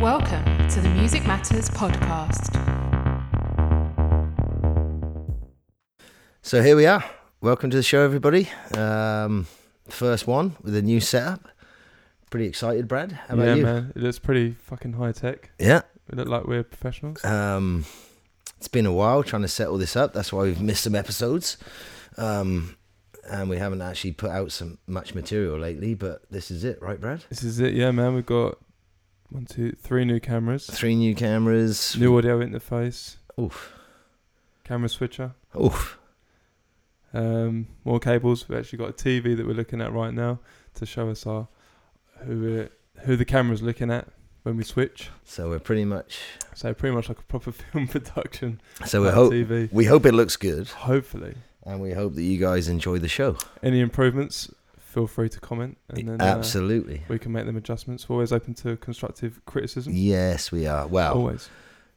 Welcome to the Music Matters podcast. So here we are. Welcome to the show, everybody. Um, first one with a new setup. Pretty excited, Brad. How about yeah, you? man, it is pretty fucking high tech. Yeah. We look like we're professionals. Um, it's been a while trying to set all this up. That's why we've missed some episodes. Um, and we haven't actually put out some much material lately, but this is it, right, Brad? This is it, yeah, man. We've got one, two, three new cameras, Three new cameras. new audio interface, Oof. camera switcher, Oof. um, more cables. We've actually got a TV that we're looking at right now to show us our who we're, who the camera's looking at when we switch. So we're pretty much. So pretty much like a proper film production. So we on hope TV. we hope it looks good, Hopefully, and we hope that you guys enjoy the show. any improvements, feel free to comment, and then uh, Absolutely. we can make them adjustments. We're always open to constructive criticism. Yes, we are. Well, Always.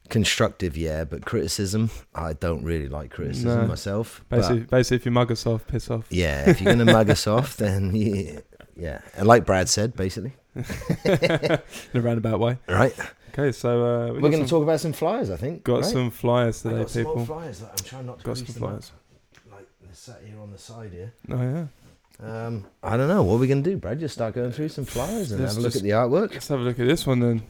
constructive, yeah, but criticism, I don't really like criticism No. myself. Basically, But basically, if you mug us off, piss off. yeah, if you're gonna mug us off, then yeah, yeah, and like Brad said, basically, In a roundabout way. right? Okay, so uh, we We're got gonna some, talk about some flyers, I think. Got right? some flyers I today, got some people. old flyers that I'm trying not to got some crease them up, flyers. Like they're sat here on the side here. Oh yeah. Um, I don't know what we're gonna do, Brad. Just start going through some flyers and Let's have a look at just- the artwork. Let's have a look at this one then.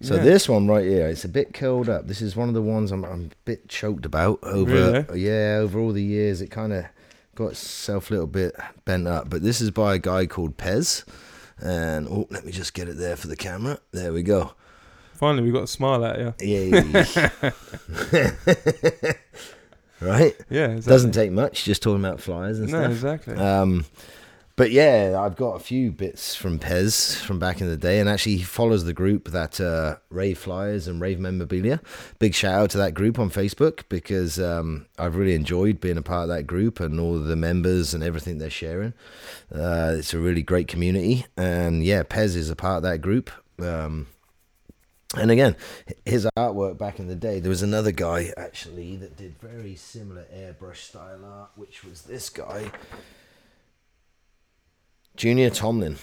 So Yeah. this one right here, it's a bit curled up. This is one of the ones I'm, I'm a bit choked about over. Yeah, over all the years, it kind of got itself a little bit bent up. But this is by a guy called Pez, and oh, let me just get it there for the camera. There we go. Finally, we got a smile out here. Yay! right, Yeah. Exactly. doesn't take much. Just talking about flyers and No, stuff. exactly. Um, but yeah, I've got a few bits from Pez from back in the day, and actually he follows the group that uh, Rave Flyers and Rave Memorabilia. Big shout out to that group on Facebook because um, I've really enjoyed being a part of that group and all of the members and everything they're sharing. Uh, it's a really great community, and yeah, Pez is a part of that group. Um, and again, his artwork back in the day, there was another guy actually that did very similar airbrush style art, which was this guy, Junior Tomlin.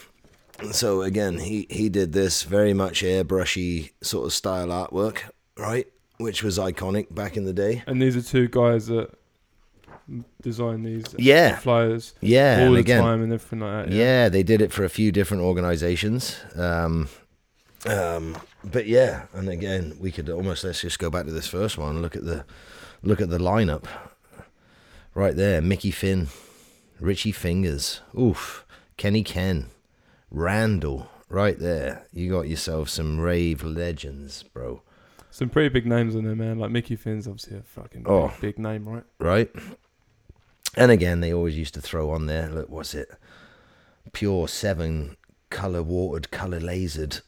So again, he, he did this very much airbrushy sort of style artwork, right? Which was iconic back in the day. and these are two guys that design these uh, Yeah. flyers Yeah, all and the again, time and everything like that. yeah. Yeah. they did it for a few different organizations. Um, um, but yeah, and again, we could almost let's just go back to this first one. Look at the look at the lineup right there: Mickey Finn, Richie Fingers, oof, Kenny Ken, Randall. Right there, you got yourself some rave legends, bro. Some pretty big names on there, man. Like Mickey Finn's obviously a fucking big- Oh. big, name, right? right? And again, they always used to throw on there, look, what's it? Pure seven color watered, color lasered.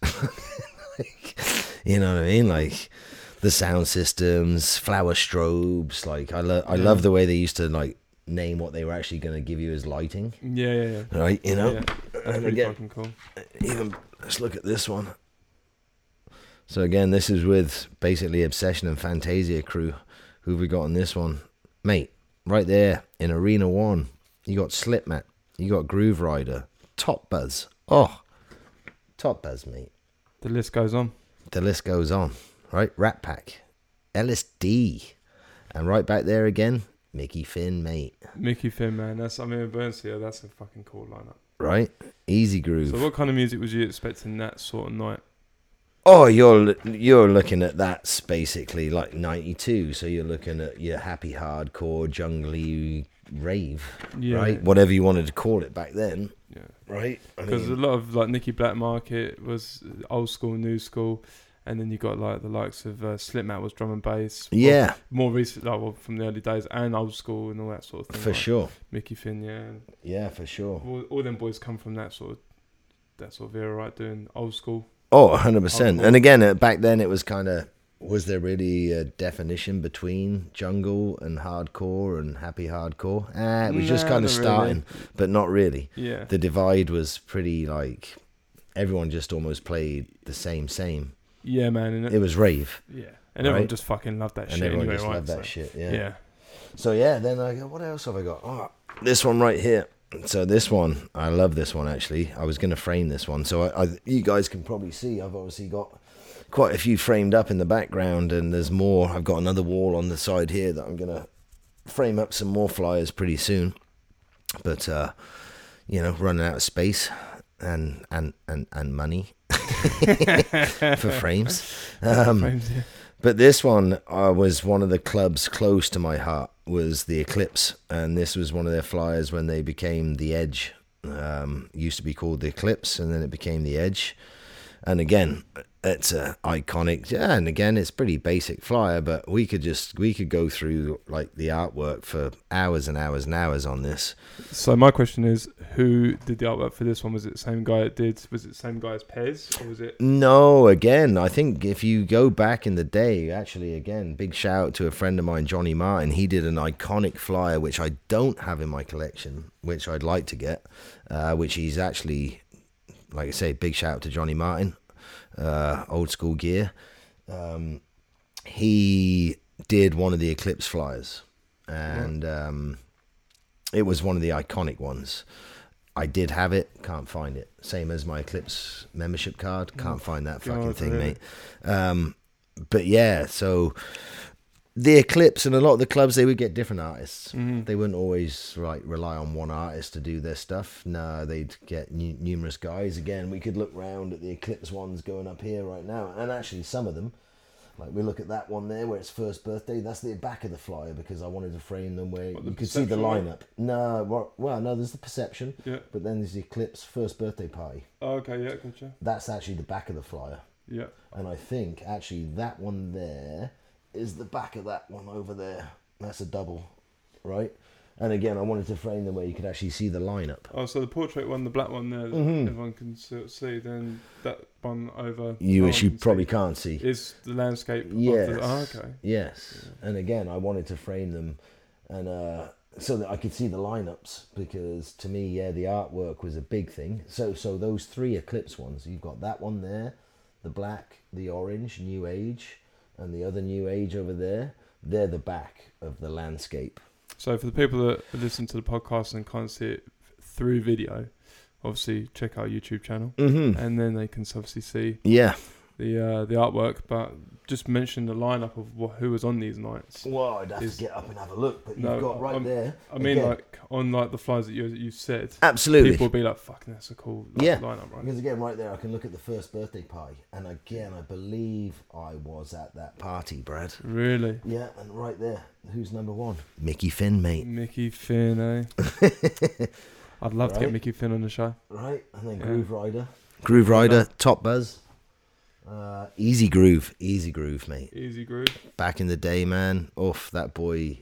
like, you know what I mean? Like the sound systems, flower strobes. Like I, lo- I Yeah. love the way they used to like name what they were actually going to give you as lighting, Yeah, yeah, yeah. right? You know, yeah. That's And pretty again- fucking cool. even let's look at this one. So again, this is with basically Obsession and Fantasia crew. Who've we got on this one, mate? Right there in Arena One, you got Slipmat, you got Groove Rider, Top Buzz. Oh, Top Buzz, mate. The list goes on. The list goes on, right? Rat Pack, LSD, and right back there again, Mickey Finn, mate. Mickey Finn, man. That's I mean, Bernsia. That's a fucking cool lineup. Right? Easy Groove. So, what kind of music was you expecting that sort of night? Oh, you're you're looking at that's basically like '92. So you're looking at your happy hardcore jungly rave, Yeah, right? Whatever you wanted to call it back then, yeah. right? I Because a mean, lot of like Nicky Black Market was old school, new school, and then you got like the likes of uh, Slipmat was drum and bass. Well, yeah, more recent, like well, from the early days, and old school and all that sort of thing. for like sure. Mickey Finn, yeah. and Yeah, for sure. All, all them boys come from that sort of that sort of era, right? Doing old school. Oh, 100%. Hardcore. And again, uh, back then it was kind of was there really a definition between jungle and hardcore and happy hardcore? Ah, it was just Nah, kind not of starting, but not really. Yeah. The divide was pretty like everyone just almost played the same same. yeah, man. And, It was rave. yeah. And everyone Right. just fucking loved that And shit everyone anyway, just right? loved that So, shit. Yeah. Yeah. So yeah, then I go, what else have I got? Oh, this one right here. So this one, I love this one actually. I was gonna frame this one, so I, I you guys can probably see I've obviously got quite a few framed up in the background, and there's more. I've got another wall on the side here that I'm gonna frame up some more flyers pretty soon. But uh, you know, running out of space and and and and money for frames. Um, Frames, yeah. but this one uh, was one of the clubs close to my heart was the Eclipse, and this was one of their flyers when they became the Edge. Um, used to be called the Eclipse, and then it became the Edge. And again, it's a iconic. Yeah, and again, it's pretty basic flyer, but we could just we could go through like the artwork for hours and hours and hours on this. So my question is, who did the artwork for this one? Was it the same guy that did? Was it the same guy as Pez, or was it? No, again, I think if you go back in the day, actually, again, big shout out to a friend of mine, Johnny Martin. He did an iconic flyer, which I don't have in my collection, which I'd like to get, uh, which he's actually, like I say, big shout out to Johnny Martin, uh, old school gear. Um, he did one of the Eclipse flyers, and um, it was one of the iconic ones. I did have it, can't find it. Same as my Eclipse membership card, Mm. can't find that fucking God, thing, really? mate. Um, but yeah, so the Eclipse and a lot of the clubs they would get different artists. Mm-hmm. They wouldn't always like rely on one artist to do their stuff. No, they'd get nu- numerous guys. Again, we could look round at the Eclipse ones going up here right now, and actually some of them. Like we look at that one there where it's first birthday. That's the back of the flyer because I wanted to frame them where What, the you could see the perception one? lineup. No, well- well, no, there's the perception, Yeah. but then there's the Eclipse first birthday party. Oh, okay. Yeah. Gotcha. That's actually the back of the flyer. Yeah. And I think actually that one there is the back of that one over there. That's a double, right? And again, I wanted to frame them where you could actually see the lineup. Oh, so the portrait one, the black one there, that Mhm. everyone can sort of see. Then that one over. You, no which one you Oh, can see, probably can't see. is the landscape. Of Yes. the, oh, okay. Yes. And again, I wanted to frame them and uh, so that I could see the lineups because to me, yeah, the artwork was a big thing. So so those three Eclipse ones, you've got that one there, the black, the orange, New Age, and the other New Age over there. They're the back of the landscape. So for the people that listen to the podcast and can't see it through video, obviously check our YouTube channel, Mm-hmm. and then they can obviously see Yeah. the uh, the artwork. But just mention the lineup of wh- who was on these nights. Well, I'd have Is- to get up and have a look, but you've No, got right I'm- there. I mean, again- like on like the flies that you you said, absolutely. people will be like, "Fucking, that's a cool like, Yeah. lineup, right?" Because again, right there, I can look at the first birthday party, and again, I believe I was at that party, Brad. Really, Yeah, and right there, who's number one? Mickey Finn, mate. Mickey Finn, eh? I'd love to get Right? Mickey Finn on the show. Right, and then Yeah. Groove Rider. Groove Rider, Top Buzz. Uh, easy Groove, Easy Groove, mate. Easy groove. Back in the day, man. Off that boy.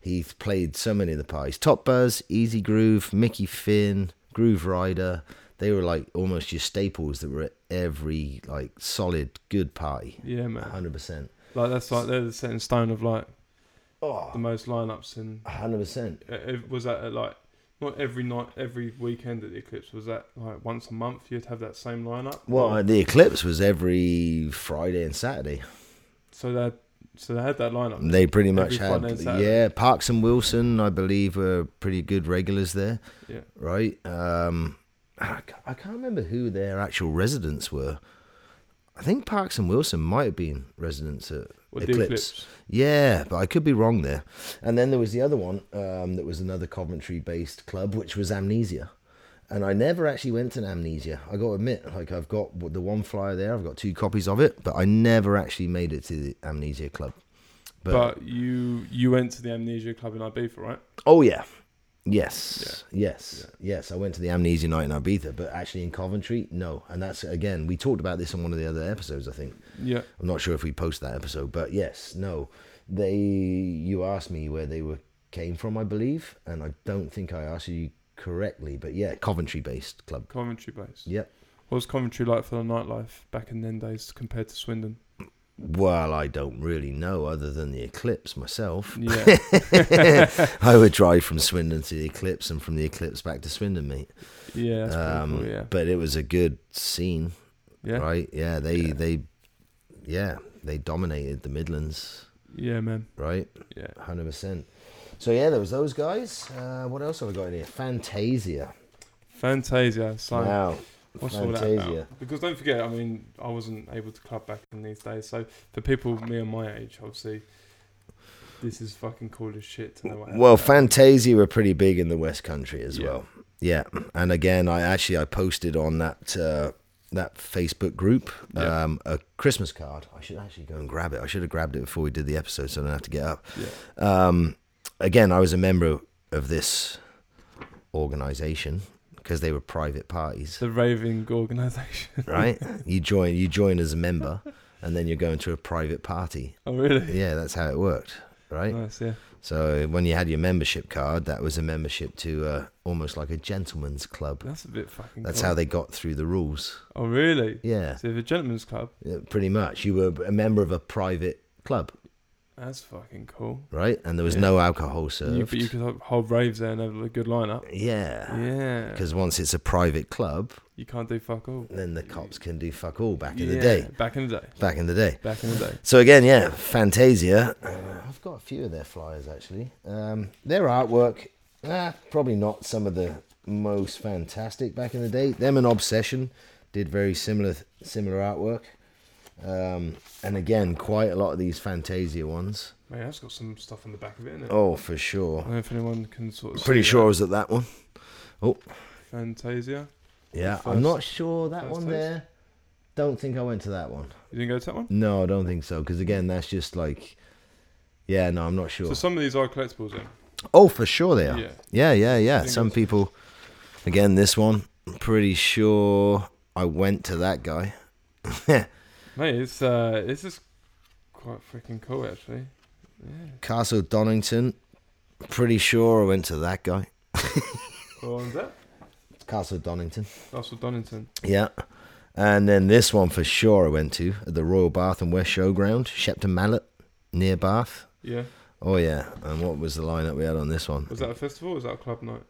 He played so many of the parties. Top Buzz, Easy Groove, Mickey Finn, Groove Rider. They were like almost your staples that were at every like solid good party. Yeah, man. hundred percent. Like that's like they're the set in stone of like the Oh, most lineups and hundred percent. Uh, ev- was that at like not every night, every weekend at the Eclipse? Was that like once a month? You'd have that same lineup. Well, uh, Or- the eclipse was every Friday and Saturday. so they had, so they had that lineup. They pretty much Every Friday and had Saturday. yeah. Parks and Wilson, I believe, were pretty good regulars there, Yeah, right? Um, I ca- I can't remember who their actual residents were. I think Parks and Wilson might have been residents at or Eclipse. the Eclipse. Yeah, but I could be wrong there. And then there was the other one um, that was another Coventry based club, which was Amnesia. And I never actually went to Amnesia. I got to admit, like I've got w- the one flyer there, I've got two copies of it, but I never actually made it to the Amnesia club. But, But, you you went to the Amnesia Club in Ibiza, right? oh yeah. Yes, yes, yes. I went to the Amnesia night in Ibiza, but actually in Coventry, no. And that's again, we talked about this on one of the other episodes, I think. Yeah. I'm not sure if we post that episode, but yes, no, they. You asked me where they were came from, I believe, and I don't think I asked you correctly, but yeah, Coventry-based club. Coventry based. Yep. What was Coventry like for the nightlife back in then days compared to Swindon? Well, I don't really know, other than the Eclipse myself. Yeah, I would drive from Swindon to the Eclipse and from the Eclipse back to Swindon, mate. yeah, that's pretty Um, cool, yeah, But it was a good scene, yeah, right? Yeah, they Yeah. they, yeah, they dominated the Midlands, yeah, man, right? yeah. Hundred percent. So yeah, there was those guys. Uh, what else have I got in here? Fantasia. Fantasia. So Wow. What's all that Fantasia. about? Because don't forget, I mean, I wasn't able to club back in these days. So for people me and my age, obviously, this is fucking cool as shit to know what happened. Well, Fantasia were pretty big in the West Country as Yeah. well. Yeah, and again, I actually I posted on that uh, that Facebook group Yeah. um, a Christmas card. I should actually go and grab it. I should have grabbed it before we did the episode, so I don't have to get up. Yeah. Um, again, I was a member of this organization because they were private parties, The raving organisation. right? you join you join as a member, and then you're going to a private party. oh, really? Yeah, that's how it worked, right? Nice, yeah. So when you had your membership card, that was a membership to uh, almost like a gentleman's club. That's a bit fucking. That's cool. how they got through the rules. Oh, really? Yeah, So the gentleman's club. yeah, pretty much. You were a member of a private club, That's fucking cool. right? And there was Yeah. no alcohol You, served. but you could ho- hold raves there and have a good lineup. yeah, Yeah. because once it's a private club, You can't do fuck all. then the cops can do fuck all. Back in Yeah, the day, Back in the day. back in the day. Back in the day. So again, yeah, Fantasia. Uh, I've got a few of their flyers actually. Um, their artwork, ah, probably not some of the most fantastic back in the day. Them and Obsession did very similar similar artwork, um, and again, quite a lot of these Fantasia ones. Man, that's got some stuff on the back of it, isn't it? Oh, for I sure. don't know if anyone can sort of. Pretty see sure I that. was at that one. Fantasia. Yeah, The I'm not first- sure that first one place? there. Don't think I went to that one. You didn't go to that one? No, I don't think so. Because again, that's just like, yeah, no, I'm not sure. So some of these are collectibles, then. Oh, for sure they are. Yeah. Yeah, yeah, yeah. think Some it's- people, again, this one, I'm pretty sure I went to that guy. Mate, it's uh, this is quite freaking cool, actually. Yeah. Castle Donington, pretty sure I went to that guy. Well, and that? Castle Donington. Russell Donington. Yeah. And then this one for sure I went to at the Royal Bath and West Showground, Shepton Mallet, near Bath. Yeah. Oh, yeah. And what was the lineup we had on this one? Was that a festival or was that a club night?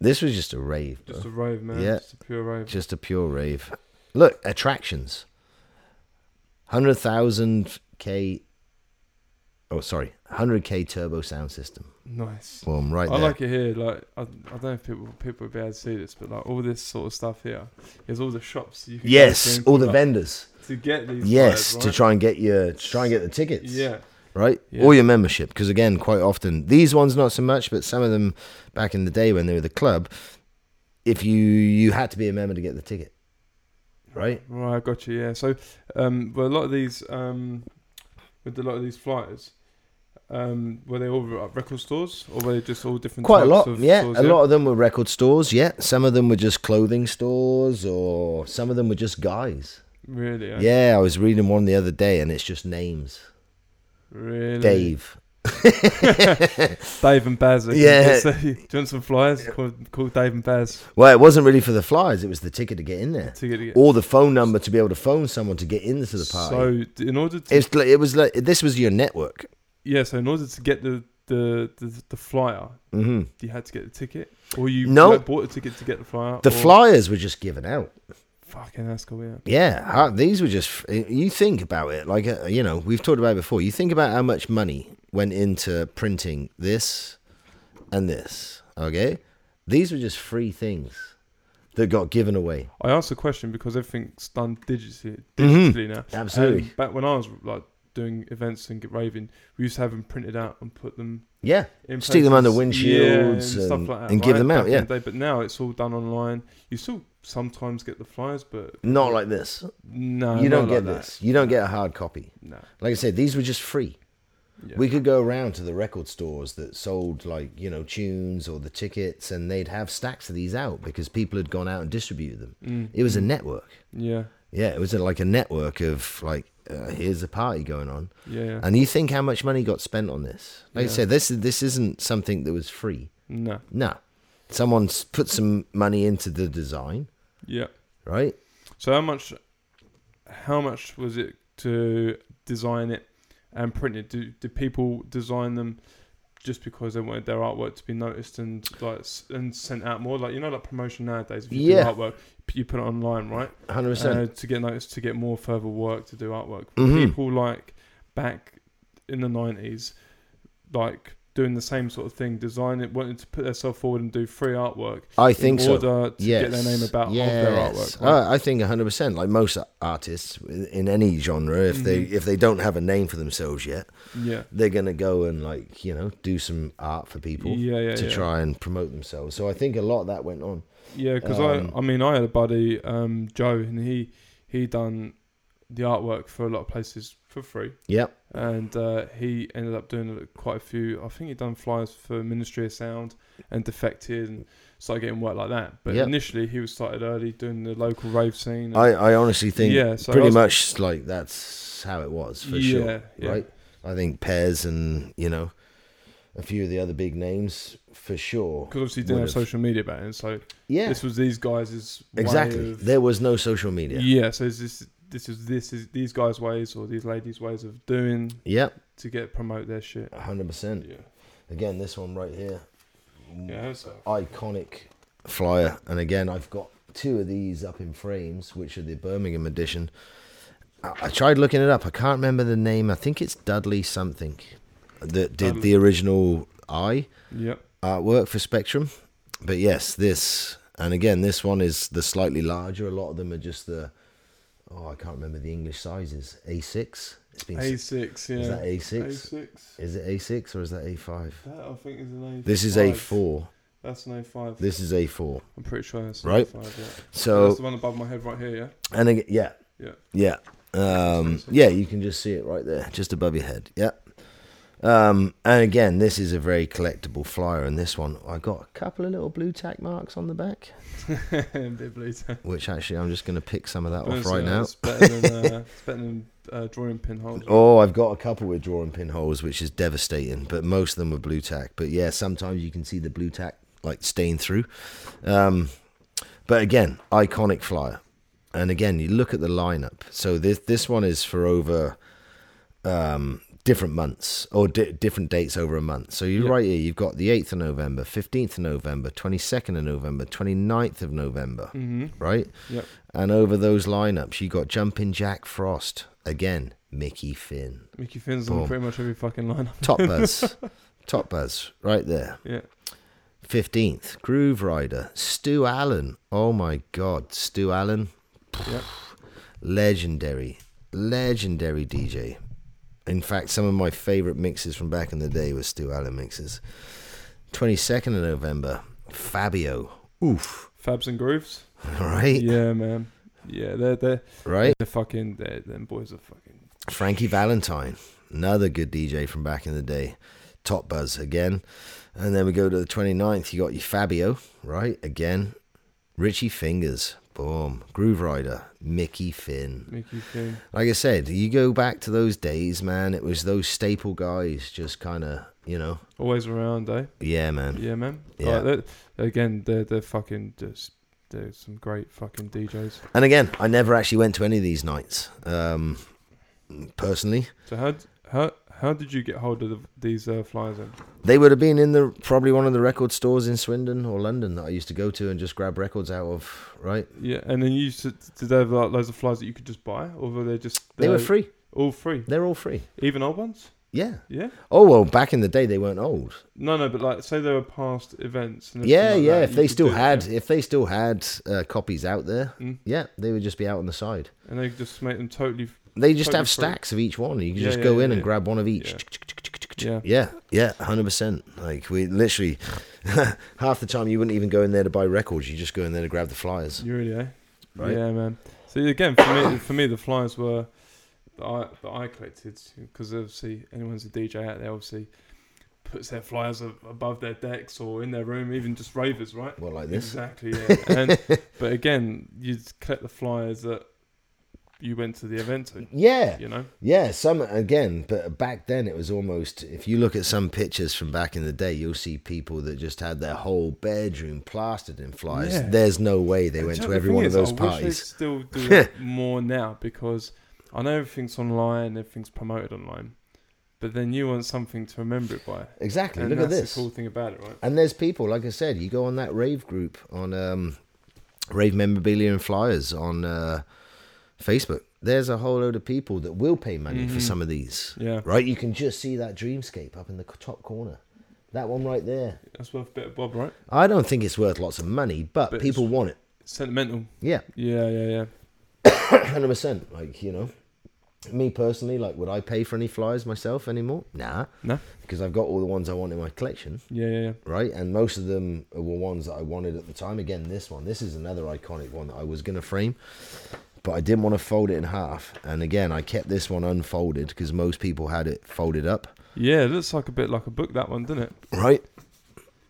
This was just a rave, bro. Just a rave, man. Uh, Yeah. Just a pure rave. just a pure rave. Look, attractions. 100,000K. Oh, sorry. 100K turbo sound system. Nice. Boom, right I there. like it here. Like I, I don't know if people people would be able to see this, but like all this sort of stuff here is all the shops. You can go yes, to all the like, vendors. to get these. Yes, flyers, to right? try and get your to try and get the tickets. Yeah, Right? Yeah. Or your membership. Because again, quite often these ones not so much, but some of them back in the day when they were the club, if you you had to be a member to get the ticket. Right? right. I got you. Yeah. So, um, but a lot of these, um, with a lot of these flyers, um, were they all like record stores or were they just all different? quite a types lot Of yeah stores, a lot of them were record stores yeah some of them were just clothing stores or some of them were just guys Really. yeah, Yeah. i was reading one the other day and it's just names Really. dave Dave and Baz. I can Yeah. just say, Do you want some flyers? Call, call Dave and Baz well it wasn't really for the flyers it was the ticket to get in there to get. get or the phone number to be able to phone someone to get into the party So d- in order to it's like, it was like this was your network yeah, so in order to get the the the, the flyer, hmm you had to get the ticket, or you No. like, bought a ticket to get the flyer. the or, flyers were just given out Fucking that's cool. Yeah. yeah huh, these were just eh, you think about it like uh, you know we've talked about it before you think about how much money went into printing this and this okay these were just free things that got given away I asked the question because everything's done digitally, Mhm. digitally now. Absolutely. And back when I was like doing events and get raving, we used to have them printed out and put them yeah in Stick them under places. windshields and- and give them out, Back in yeah. the day, but now it's all done online. You still sometimes get the flyers, but not like this no, you don't Uh, not like get that. this you don't get a hard copy No. like i said these were just free Yeah. we could go around to the record stores that sold like you know tunes or the tickets and they'd have stacks of these out because people had gone out and distributed them Mm. it was a network yeah, Yeah, it was a, like a network of like uh, here's a party going on, yeah, yeah. and you think how much money got spent on this? Like Yeah. I said, this this isn't something that was free. no, No, someone s- put some money into the design, yeah. right? So how much, how much was it to design it and print it? Do do people design them just because they wanted their artwork to be noticed and like s- and sent out more? Like you know, like promotion nowadays. If you Yeah. do artwork, p- you put it online, right? Hundred Uh, percent. to get noticed, to get more further work, to do artwork. Mhm. People like back in the nineties, like. doing the same sort of thing, design it, wanting to put themselves forward and do free artwork. I think in so. order to yes. get their name about of their yes. artwork. right? I, I think 100%. Like most artists in in any genre, if they Mm-hmm. if they don't have a name for themselves yet, yeah. they're gonna go and like you know do some art for people Yeah, yeah, to yeah. try and promote themselves. So I think a lot of that went on. Yeah, because Um, I, I mean, I had a buddy, um, Joe, and he he done the artwork for a lot of places for free, Yep. and uh, he ended up doing uh, quite a few. I think he done flyers for Ministry of Sound and Defected, and started getting work like that. But Yeah. initially, he was started early doing the local rave scene. and- I, I honestly think Yeah, so I pretty was- much like that's how it was for sure, Yeah, yeah. right? I think Pez and you know a few of the other big names for sure. because obviously he didn't have would've- social media back then, so Yeah, this was these guys' exactly. Way There was no social of, media. yeah. so is this this is this is these guys' ways or these ladies' ways of doing Yep, to get promote their shit. hundred percent. Yeah, Again, this one right here, yeah. So. iconic flyer. And again, I've got two of these up in frames, which are the Birmingham edition. I, I tried looking it up. I can't remember the name. I think it's Dudley something that did Dudley. the original Eye. Yep. artwork for Spectrum. But yes, this and again, this one is the slightly larger. A lot of them are just the oh, I can't remember the English sizes. A6. It's been A six, yeah. is that A6? six? Is it A6 or is that A5? That I think is an A. This is A4. That's an A five. This is A4. I'm pretty sure that's Right. An A5, yeah. that's So the one above my head right here, yeah. and again, yeah, Yeah. yeah, um, yeah. You can just see it right there, just above your head. Yeah. Um, and again, this is a very collectible flyer, and this one I got a couple of little blue tack marks on the back, Bit blue tag. which actually I'm just going to pick some of that off Honestly, right now. It's better than, uh, it's better than uh, drawing pinholes. Oh, I've got a couple with drawing pinholes, which is devastating, but most of them were blue tack. But yeah, sometimes you can see the blue tack like stain through. Um, but again, iconic flyer. And again, you look at the lineup. So this this one is for over um, different months or di- different dates over a month. So you're Yeah. right here, you've got the 8th of November, 15th of November, 22nd of November, 29th of November, Mm-hmm. right? Yep. And over those lineups, you got Jumping Jack Frost. Again, Mickey Finn. Mickey Finn's on Boom. pretty much every fucking lineup. Top Buzz. Top Buzz, right there. Yeah. 15th, Groove Rider. Stu Allen. Oh my God. Stu Allen. Yep. Legendary. Legendary DJ. In fact, some of my favorite mixes from back in the day were Stu Allen mixes. 22nd of November, Fabio. Oof. Fabs and Grooves. Right? Yeah, man. Yeah, they're they're Right? they're fucking they're them boys are fucking Frankie Valentine, another good DJ from back in the day. Top Buzz again. And then we go to the 29th. You got your Fabio, right? Again. Richie Fingers. Boom. Groove Rider. Mickey Finn. Mickey Finn. Like I said, you go back to those days, man. It was those staple guys just kind of, you know. Always around, eh? Yeah, man. Yeah, man. Yeah. Like, that- again, they're they're fucking just they're some great fucking DJs. And again, I never actually went to any of these nights. Um, personally, So how d- how how did you get hold of the, these uh, flyers then? They would have been in the probably one of the record stores in Swindon or London that I used to go to and just grab records out of. Right? Yeah, and then you used to, did they have like, loads of flyers that you could just buy, or were they just They were they're free. All free, They're all free. even old ones. Yeah. Yeah. Oh well, back in the day they weren't old. No, no, but like say they were past events. And Yeah, everything like yeah. that, If you they could still do it, had, yeah. if they still had uh, copies out there, Mm. yeah, they would just be out on the side. and they could just make them totally. f- They just Totally have free. stacks of each one. You can Yeah, just yeah, go yeah, in and yeah. grab one of each. Yeah. Yeah. Yeah, yeah, hundred percent. Like we literally, half the time you wouldn't even go in there to buy records. You just go in there to grab the flyers. You really, eh? Right. Yeah, man. So again, for me, for me, the flyers were that I that I collected because obviously anyone's a DJ out there obviously puts their flyers a- above their decks or in their room, even just ravers, right? What like this? Exactly. Yeah. and, but again, you'd collect the flyers that you went to the event to. Yeah, You know. Yeah, some again, but back then it was almost. If you look at some pictures from back in the day, you'll see people that just had their whole bedroom plastered in flies. Yeah. There's no way they And went to do you know, the every thing one is, of those I Wish they parties. still do that more now because I know everything's online, everything's promoted online, but then you want something to remember it by. Exactly. And look that's at this. the cool thing about it, right? And there's people, like I said, you go on that rave group on um, rave memorabilia and flyers on uh, Facebook. There's a whole load of people that will pay money for Mhm. some of these. Yeah. Right? You can just see that dreamscape up in the c- top corner. That one right there. That's worth a bit of bob, right? I don't think it's worth lots of money, but, But it's- people want it. Sentimental. Yeah, Yeah, yeah, yeah. hundred percent. Like you know, me personally, like would I pay for any flyers myself anymore? Nah, No. because I've got all the ones I want in my collection, Yeah, yeah, yeah. right? And most of them were ones that I wanted at the time. Again, this one, this is another iconic one that I was gonna frame, but I didn't want to fold it in half. And again, I kept this one unfolded because most people had it folded up. Yeah, it looks like a bit like a book that one, doesn't it? right?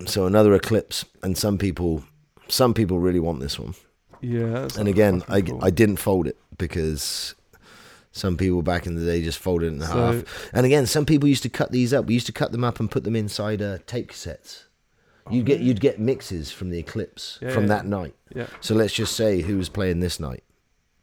So another eclipse, and some people, some people really want this one. Yeah. That's And again, I, fucking cool. I didn't fold it because some people back in the day just folded it in So- half. And again, some people used to cut these up. We used to cut them up and put them inside uh, tape cassettes. You'd get you'd get mixes from the eclipse Oh, Yeah, from yeah. that night. yeah. So let's just say who was playing this night.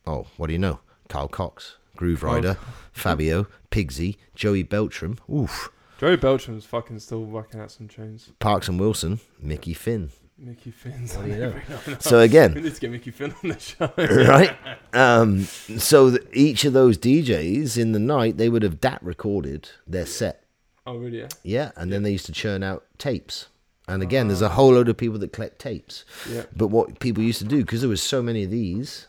Oh, what do you know? Carl Cox, Groove Rider, Fabio, Pigsy, Joey Beltram, oof, Joey Beltram's fucking still whacking out some tunes. Parks and Wilson, Mickey Finn. Mickey Finn's What on do you know? every now and then. So again, We need to get Mickey Finn on the show. right? Um, so th each of those DJs in the night, they would have dat recorded their set, Oh, really? Yeah. Ah. yeah, and then they used to churn out tapes. And again, there's a whole load of people that collect tapes. Yeah. But what people used to do, because there was so many of these,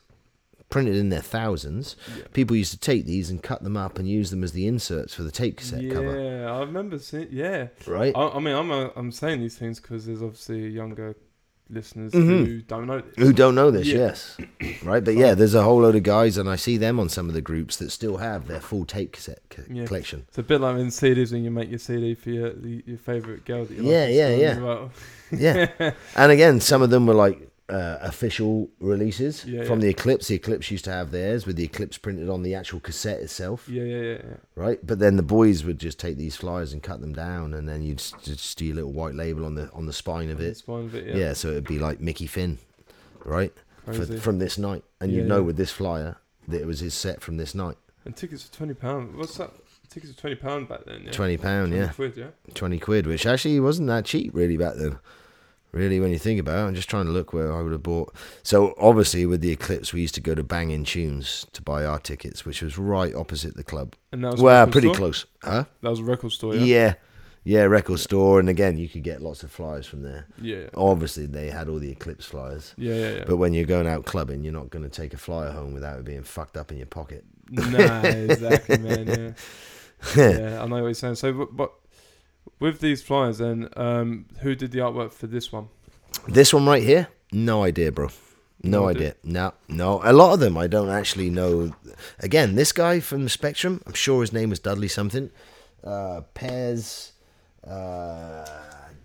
printed in their thousands, people used to take these and cut them up and use them as the inserts for the tape cassette yeah, cover, I remember seeing. Yeah, right? I, I mean, I'm uh, I'm saying these things because there's obviously younger listeners Mm-hmm. who don't know this. Who don't know this? Yeah. Yes, right. But yeah, there's a whole load of guys, and I see them on some of the groups that still have their full tape cassette c- Yeah. collection. It's a bit like in CDs when you make your CD for your the- your favorite girl that you Yeah, like. yeah, It's yeah. about- yeah. And again, some of them were like uh, official releases Yeah, from yeah. the Eclipse. The Eclipse used to have theirs with the Eclipse printed on the actual cassette itself, yeah, yeah, yeah, yeah. right? But then the boys would just take these flyers and cut them down, and then you'd st- steal a little white label on the on the spine of it. It's one of it. Yeah, Yeah, so it'd be like Mickey Finn, right? For, crazy. from this night, and Yeah, you'd know yeah. with this flyer that it was his set from this night. and tickets for twenty pound. What's that? Tickets for twenty pound back then. Yeah. Twenty pound, 20 yeah, Quid, yeah. twenty quid, which actually wasn't that cheap really back then. Really, when you think about it, I'm just trying to look where I would have bought. So, obviously, with the Eclipse, we used to go to Bang in Tunes to buy our tickets, which was right opposite the club. And that was a Well, record pretty store? close. Huh? That was a record store. Yeah. Yeah. yeah. record store. And again, you could get lots of flyers from there. Yeah. Yeah. Obviously, they had all the Eclipse flyers. Yeah. yeah, yeah. But when you're going out clubbing, you're not going to take a flyer home without it being fucked up in your pocket. nah, exactly, man. Yeah. yeah, I know what you're saying. So, but, but with these flyers, then, um, who did the artwork for this one? This one right here, no idea, bro. No, No idea. idea. No, no. A lot of them I don't actually know. Again, this guy from Spectrum, I'm sure his name was Dudley something. Uh, Pez, uh,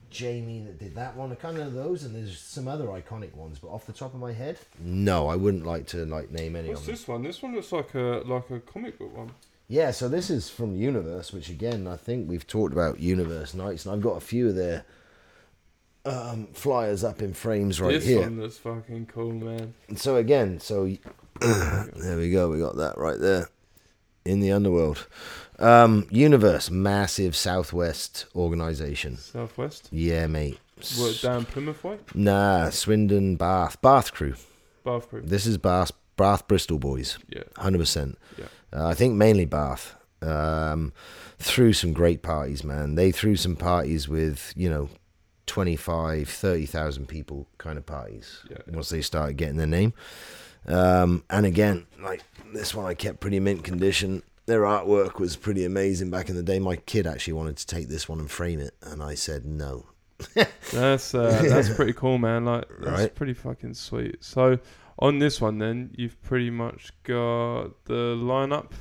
Jamie that did that one. I kind of know those, and there's some other iconic ones. But off the top of my head, no, I wouldn't like to like name any What's of them. this one? This one looks like a like a comic book one. Yeah, so this is from Universe, which again I think we've talked about Universe Nights, and I've got a few of their um, flyers up in frames right this here. one looks fucking cool, man. And so again, so there we go. We got that right there in the underworld. Um, Universe, massive Southwest organization. Southwest. Yeah, mate. S- What down Plymouth way? Nah, Swindon, Bath, Bath crew. Bathroom. This is Bath, Bath Bristol boys, Yeah, hundred percent. yeah. Uh, I think mainly Bath. Um, threw some great parties, man. They threw some parties with, you know, 25, 30,000 people kind of parties Yeah. once they started getting their name. Um, and again, like this one I kept pretty mint condition. Their artwork was pretty amazing back in the day. My kid actually wanted to take this one and frame it, and I said no. That's uh, that's pretty cool, man. Like that's Right. pretty fucking sweet. So on this one, then you've pretty much got the lineup,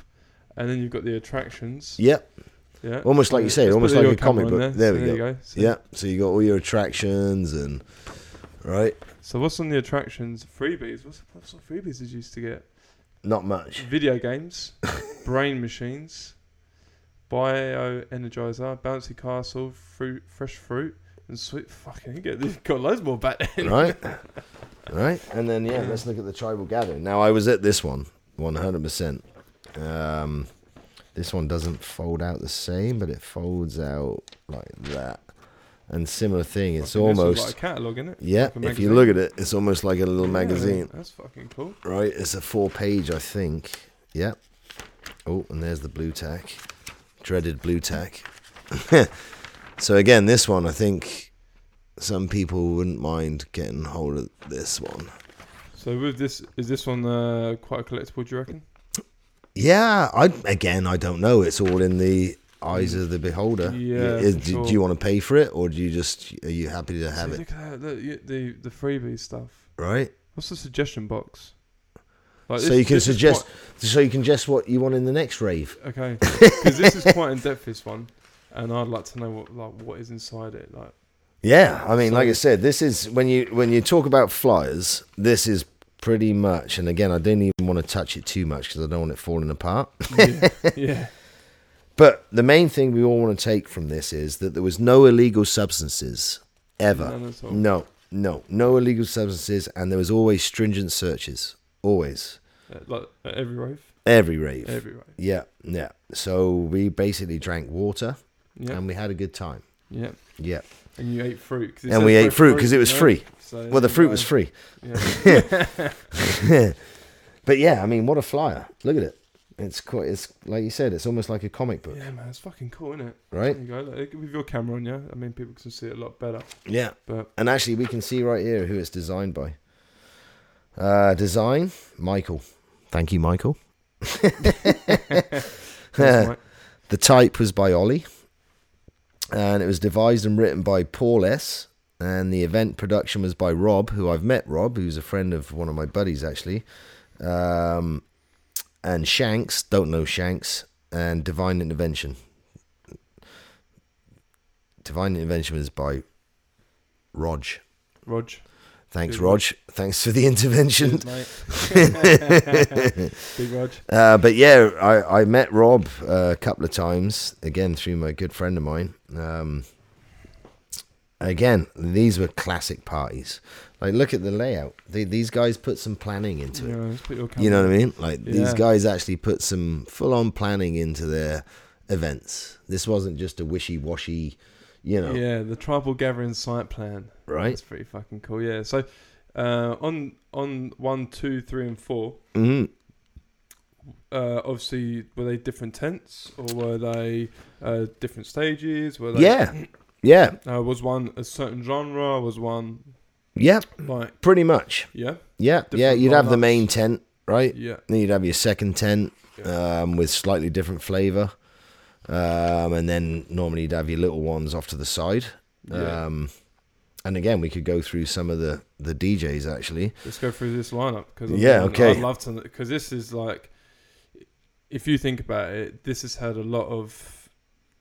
and then you've got the attractions. Yep. Yeah, Almost like you say, Let's almost put like your a comic camera on book. There we so go. You go. So, Yep. So you got all your attractions and right, So what's on the attractions? Freebies. What's what sort of freebies did you used to get? not much. Video games, brain machines, bio energizer, bouncy castle, fruit, fresh fruit, and sweet fucking. Get this. Got loads more back then. right? right? And then, yeah, let's look at the tribal gathering. Now, I was at this one 100%. Um, this one doesn't fold out the same, but it folds out like that. And similar thing, it's Fucking this was almost. like a catalog, isn't it? yeah, like a if you magazine. look at it, it's almost like a little Yeah, magazine, That's fucking cool. right? It's a four page, I think. Yeah. Oh, and there's the blue tack. Dreaded blue tack. So again, this one I think some people wouldn't mind getting hold of this one. So with this, is this one uh, quite a collectible? Do you reckon? Yeah, I again I don't know. It's all in the eyes of the beholder. Yeah, Is- for do, sure. do you want to pay for it or do you just are you happy to have See, it? Look at that, the, the the freebie stuff. Right. What's the suggestion box? Like, so this- you can this is suggest, so you can guess what you want in the next rave. quite- okay, because this is quite in depth. This one, and I'd like to know what like what is inside it. Like, Yeah, I mean, like I So- said, this is when you when you talk about flyers, this is pretty much. And again, I didn't even want to touch it too much because I don't want it falling apart. yeah, yeah, But the main thing we all want to take from this is that there was no illegal substances ever. none at all. No, no, no illegal substances, and there was always stringent searches, always Uh, like at every rave, every rave. every rave. yeah, yeah. So we basically drank water Yeah, and we had a good time. yeah. Yeah. And you ate fruit. 'cause it And says we no ate fruit 'cause it was no? free. So Well, the there fruit you was go. free. Yeah. But yeah, I mean, what a flyer! Look at it. It's quite. It's like you said. It's almost like a comic book, yeah, man, it's fucking cool, isn't it? There right? you go. Like, with your camera on, yeah. I mean, people can see it a lot better. Yeah. But And actually, we can see right here who it's designed by. Uh, design Michael. Thank you, Michael. that's right. The type was by Ollie, and it was devised and written by Paul S. And the event production was by Rob, who I've met. Rob, who's a friend of one of my buddies, actually. Um, and Shanks, don't know Shanks, and Divine Intervention. Divine Intervention was by Rog. Rog. Thanks, Good. Rog. Thanks for the intervention. Cheers, mate. Big Rog. Uh, but yeah, I, I met Rob uh, a couple of times again through my good friend of mine. Um, again, these were classic parties. Like, look at the layout. The these guys put some planning into Yeah, it. let's put your camera. You know what I mean? Like these Yeah. guys actually put some full on planning into their events. This wasn't just a wishy washy, you know, Yeah, the tribal gathering site plan. right? That's pretty fucking cool. Yeah. So, uh, on on one, two, three, and four. hmm Uh, obviously, were they different tents or were they uh, different stages? Were they, Yeah, yeah, Uh, was one a certain genre? Was one yeah. like Pretty much. Yeah, yeah, yeah. Different You'd have the main lineups. tent, right? yeah, Then you'd have your second tent Yeah. um, with slightly different flavour. Um, and then normally you'd have your little ones off to the side. yeah? Um, and again, we could go through some of the, the DJs actually. Let's go through this lineup because Yeah, okay. I'd love to because this is like, if you think about it, this has had a lot of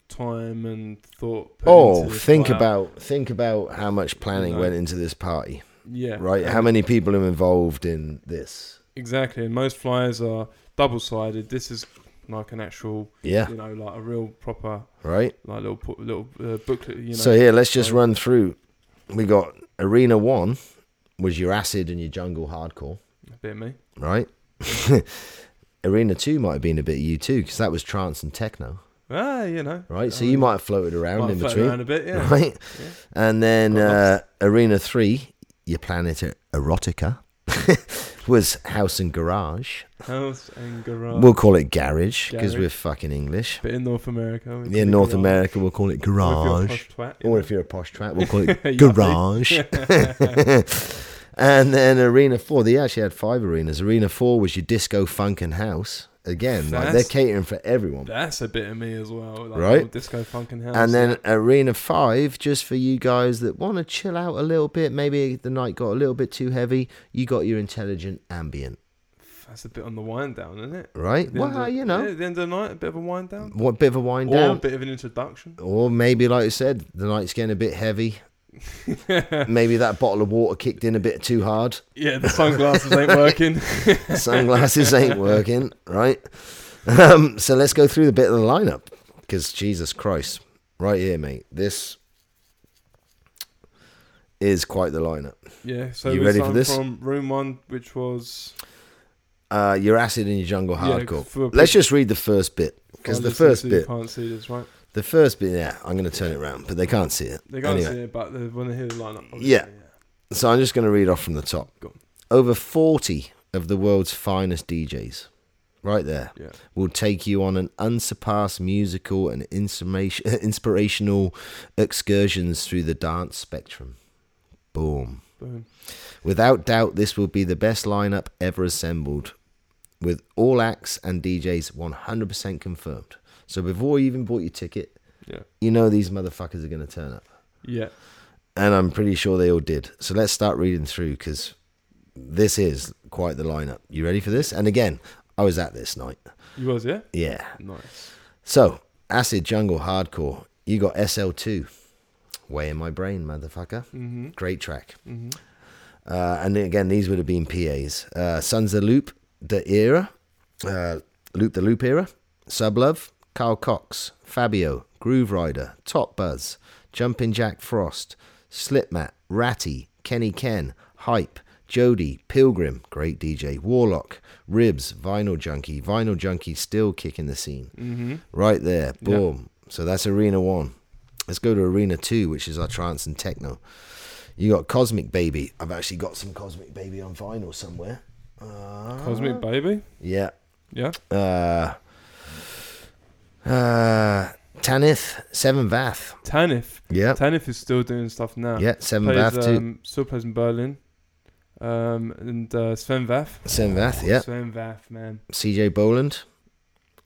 time and thought. put Oh, into this think lineup. about think about how much planning Right. went into this party, yeah, right? and- How many people are involved in this? exactly? And most flyers are double sided. This is like an actual, Yeah, you know, like a real proper right. like little pu- little uh, booklet. You know, so here, let's just so- run through. We got Arena One was your acid and your jungle hardcore. a bit of me. right? Arena 2 might have been a bit of you too, because that was trance and techno, Ah, you know, right? so I you mean, might have floated around might in float between, around a bit, yeah. right? Yeah. And then Got uh, Arena 3, your planet er- erotica, was house and garage. House and garage. We'll call it garage, because Garage. we're fucking English. but in North America, we In do North garage. America, we'll call it Or if garage. you're a posh twat, you Or know. if you're a posh twat, we'll call it Yuppie. garage. and then Arena 4, they actually had five arenas. Arena 4 was your disco, funk, and house. Again, like they're That's- catering for everyone. That's a bit of me as well. Like Right. right. Disco funkin' house. And then Arena 5, just for you guys that want to chill out a little bit, maybe the night got a little bit too heavy, you got your intelligent ambient, that's a bit on the wind down, isn't it? right? The end well, of- you know, yeah, the end of the night, a bit of a wind down, what bit of a wind or a down. bit of an introduction. Or maybe, like I said, the night's getting a bit heavy. maybe that bottle of water kicked in a bit too hard. Yeah, the sunglasses ain't working. Sunglasses ain't working, right? Um, so let's go through the bit of the lineup because Jesus Christ, right here, mate. This is quite the lineup. Yeah. So You we ready for start this? From room one, which was Uh, your acid and your jungle Yeah, hardcore. for- Ah, Let's just read the first bit because the Listeners first who bit, can't see this, right? the first bit, yeah, I'm going to turn it around, but they can't see it. They can't Anyway. see it, but they want to hear the lineup. obviously, Yeah. So I'm just going to read off from the top. Go on. Over 40 of the world's finest DJs, right there. Yeah. We'll take you on an unsurpassed musical and inspiration, inspirational excursions through the dance spectrum. Boom. Boom. Without doubt, this will be the best lineup ever assembled, with all acts and DJs 100% confirmed. So before you even bought your ticket, Yeah. you know these motherfuckers are going to turn up. Yeah. And I'm pretty sure they all did. So let's start reading through because this is quite the lineup. You ready for this? And again, I was at this night. You was, yeah? Yeah. Nice. So, Acid Jungle Hardcore. You got SL2. Way in my brain, motherfucker. Mm-hmm. Great track. Mm-hmm. Uh, and again, these would have been PAs. Uh, Sons of Loop, The Era, uh, Loop the Loop Era, Sublove, Carl Cox, Fabio, Groove Rider, Top Buzz, Jumpin' Jack Frost, Slipmat, Ratty, Kenny Ken, Hype, Jody, Pilgrim, great DJ, Warlock, Ribs, Vinyl Junkie, Vinyl Junkie still kicking the scene. Mm-hmm. Right there, boom. So that's Arena 1. Let's go to Arena 2, which is our trance and techno. You got Cosmic Baby. I've actually got some Cosmic Baby on vinyl somewhere. Uh, Cosmic Baby. Yeah. Yeah. Uh, uh, Tanith, Seven Bath. Tanif. Yeah. Tanif is still doing stuff now. Yeah, Seven Plays, Bath too. um, still plays in Berlin. Um, and uh, Sven Vath. Seven Bath, yeah. Sven Vath, man. CJ Boland.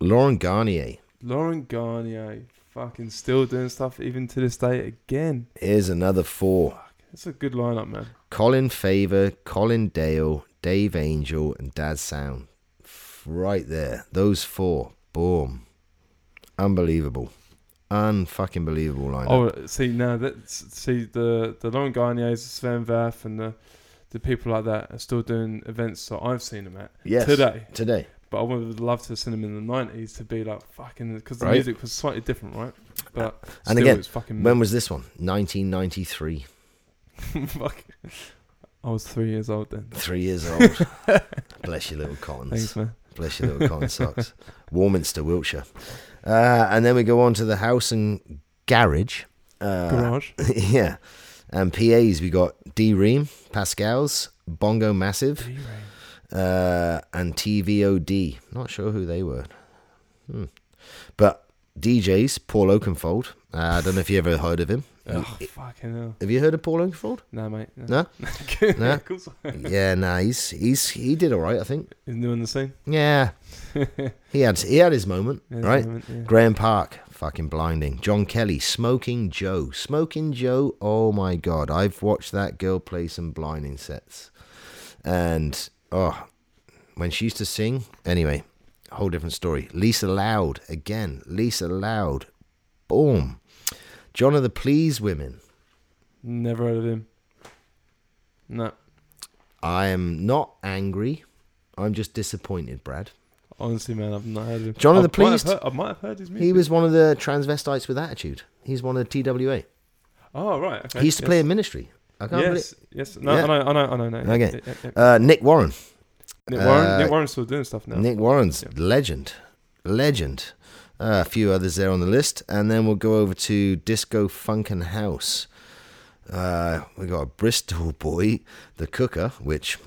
Lauren Garnier. Lauren Garnier fucking still doing stuff even to this day again. Here's another four. It's a good lineup, man. Colin Favor, Colin Dale, Dave Angel, and Dad Sound. F- Right there. Those four. Boom. Unbelievable. Unfucking believable lineup. Oh, see now that see the the Lauren Garniers, Sven Vath, and the the people like that are still doing events that I've seen them at yes. today. Today. But I would have loved to have seen them in the nineties to be like fucking because the Right. music was slightly different, right? But And still, again, it's fucking When was this one? 1993. fuck. I was three years old then. Three years old. Bless your little cottons. Thanks, man. Bless your little cotton socks. Warminster, Wiltshire. Uh, and then we go on to the house and garage. Uh, Garage. yeah. And PAs, we got D Ream, Pascal's, Bongo Massive. uh, and TVOD. Not sure who they were. Hmm. But DJs, Paul Oakenfold. Uh, I don't know if you ever heard of him. Oh, fucking hell. Have you heard of Paul Oakenfold? No, mate. No? No? of course. yeah, nah, he's he's he did all right, I think. Isn't doing the same. Yeah, he had he had his moment, right? Graham Park, fucking blinding. John Kelly, Smoking Joe, Smoking Joe. Oh my god, I've watched that girl play some blinding sets, and oh, when she used to sing. Anyway, whole different story. Lisa Loud again. Lisa Loud, boom. John of the Please Women. Never heard of him. No. I am not angry. I'm just disappointed, Brad. Honestly, man, I've not heard of him. John of I the might have Pleased? heard- I might have heard his music. He was one of the transvestites with attitude. He's one of the TWA. Oh, right. Okay. He used to yes. play in ministry. I can't believe. Yes. Yes. No, Yeah. I know. I know. I know. No. Okay. Yeah, yeah, yeah. Uh, Nick Warren. Nick Warren. uh, Nick Warren's still doing stuff now. Nick Warren's Yeah. legend, legend. Uh, a few others there on the list, and then we'll go over to disco funk and house. Uh, we got a Bristol boy, the Cooker, which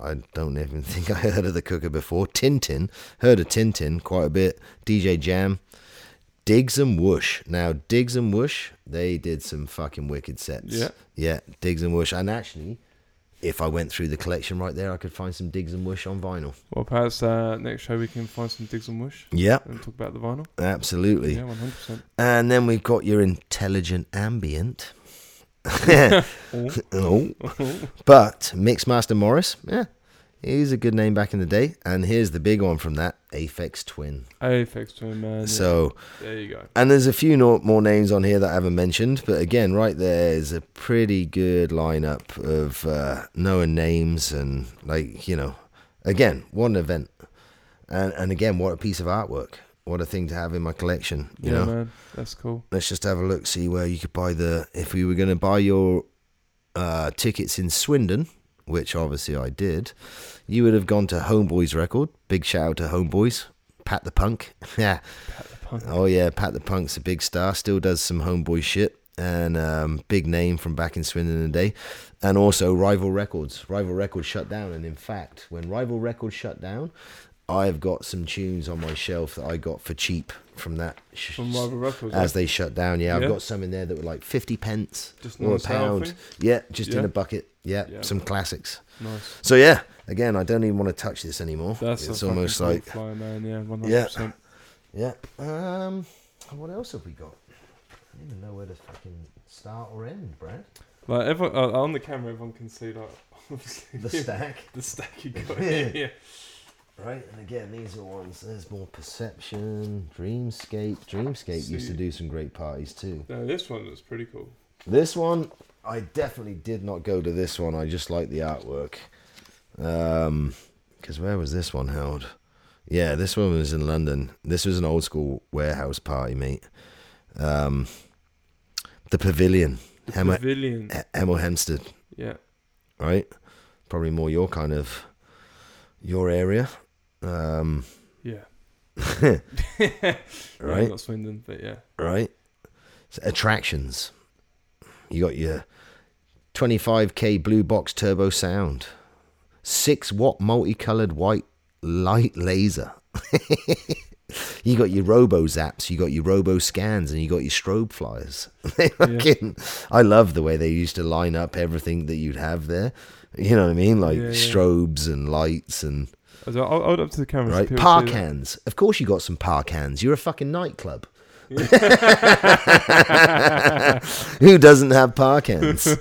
I don't even think I heard of the Cooker before. Tintin, heard of Tintin quite a bit. DJ Jam, Diggs and Whoosh. Now Diggs and Whoosh, they did some fucking wicked sets. Yeah. yeah, Diggs and Whoosh, and actually. If I went through the collection right there, I could find some Diggs and Whoosh on vinyl. Well, perhaps uh, next show we can find some digs and wish Yeah, and talk about the vinyl. Absolutely. Yeah, one hundred percent. And then we've got your intelligent ambient. oh. But Mixmaster Morris, yeah, he's a good name back in the day. And here's the big one from that Aphex Twin. Apex Twin, man. So, there you go. and there's a few no- more names on here that I haven't mentioned. But again, right there is a pretty good lineup of uh, known names and, like, you know, again, what an event. And, and again, what a piece of artwork. What a thing to have in my collection, you Yeah, know? man. That's cool. let's just have a look, see where you could buy the. If we were going to buy your uh, tickets in Swindon, which obviously I did, you would have gone to Homeboys Record. Big shout out to Homeboys. Pat the Punk. Yeah. Pat the Punk. Oh, yeah. Pat the Punk's a big star. Still does some Homeboy shit. And um, big name from back in Swindon in the day. And also Rival Records. Rival Records shut down. And in fact, when Rival Records shut down, I've got some tunes on my shelf that I got for cheap from that sh- From rival records. as they shut down. Yeah, Yeah. I've got some in there that were like fifty pence Just or a non-sale pound. thing? Yeah, just in Yeah. a bucket. Yeah, Yeah. some classics. nice. So yeah, again, I don't even want to touch this anymore. That's it's a fucking almost cool like flyer, man. Yeah, one Yeah. hundred percent. yeah. Um, what else have we got? I don't even know where to fucking start or end, Brad. Like everyone uh, on the camera, everyone can see like obviously The stack. the stack you got. yeah, yeah. Right, and again, these are ones. There's more perception. Dreamscape. Dreamscape used to See. do some great parties too. No, this one looks pretty cool. This one, I definitely did not go to this one. I just like the artwork. Um, because where was this one held? Yeah, this one was in London. This was an old school warehouse party, mate. Um, the Pavilion, The Hammer- pavilion. H- Hemel Hempstead, Yeah, right? Probably more your kind of your area. Um, yeah. No, right. Not Swindon, but yeah. right? So attractions. You got your 25k blue box turbo sound, six watt multicolored white light laser. you got your robo zaps, you got your robo scans, and you got your strobe flyers. Fucking- I love the way they used to line up everything that you'd have there. You know what I mean? Like Yeah, yeah. strobes and lights and So I'll I'll hold up to the camera. so right people park see that. hands. Of course, you got some park hands. You're a fucking nightclub. Who doesn't have park hands?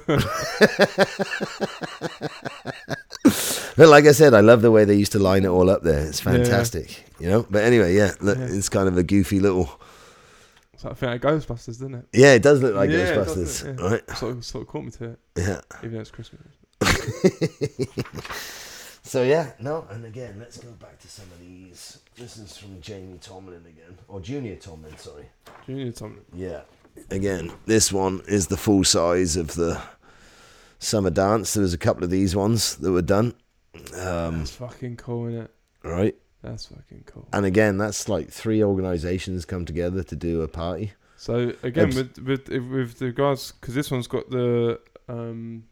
but like I said, I love the way they used to line it all up there. It's Yeah, yeah. fantastic, you know. But anyway, yeah, look, Yeah. it's kind of a goofy little. So I think like Ghostbusters, doesn't it? Yeah, it does look like Yeah, it does, Ghostbusters, yeah. right? Sort of, sort of caught me to it, Yeah. even though it's Christmas. So yeah, no, and again, let's go back to some of these. This is from Jamie Tomlin again, or Junior Tomlin, sorry. Junior Tom. Yeah. Again, this one is the full size of the summer dance. There was a couple of these ones that were done. Um, That's fucking cool, innit? right. That's fucking cool. And again, that's like three organizations come together to do a party. So again, Abs- with with with the guys, because this one's got the um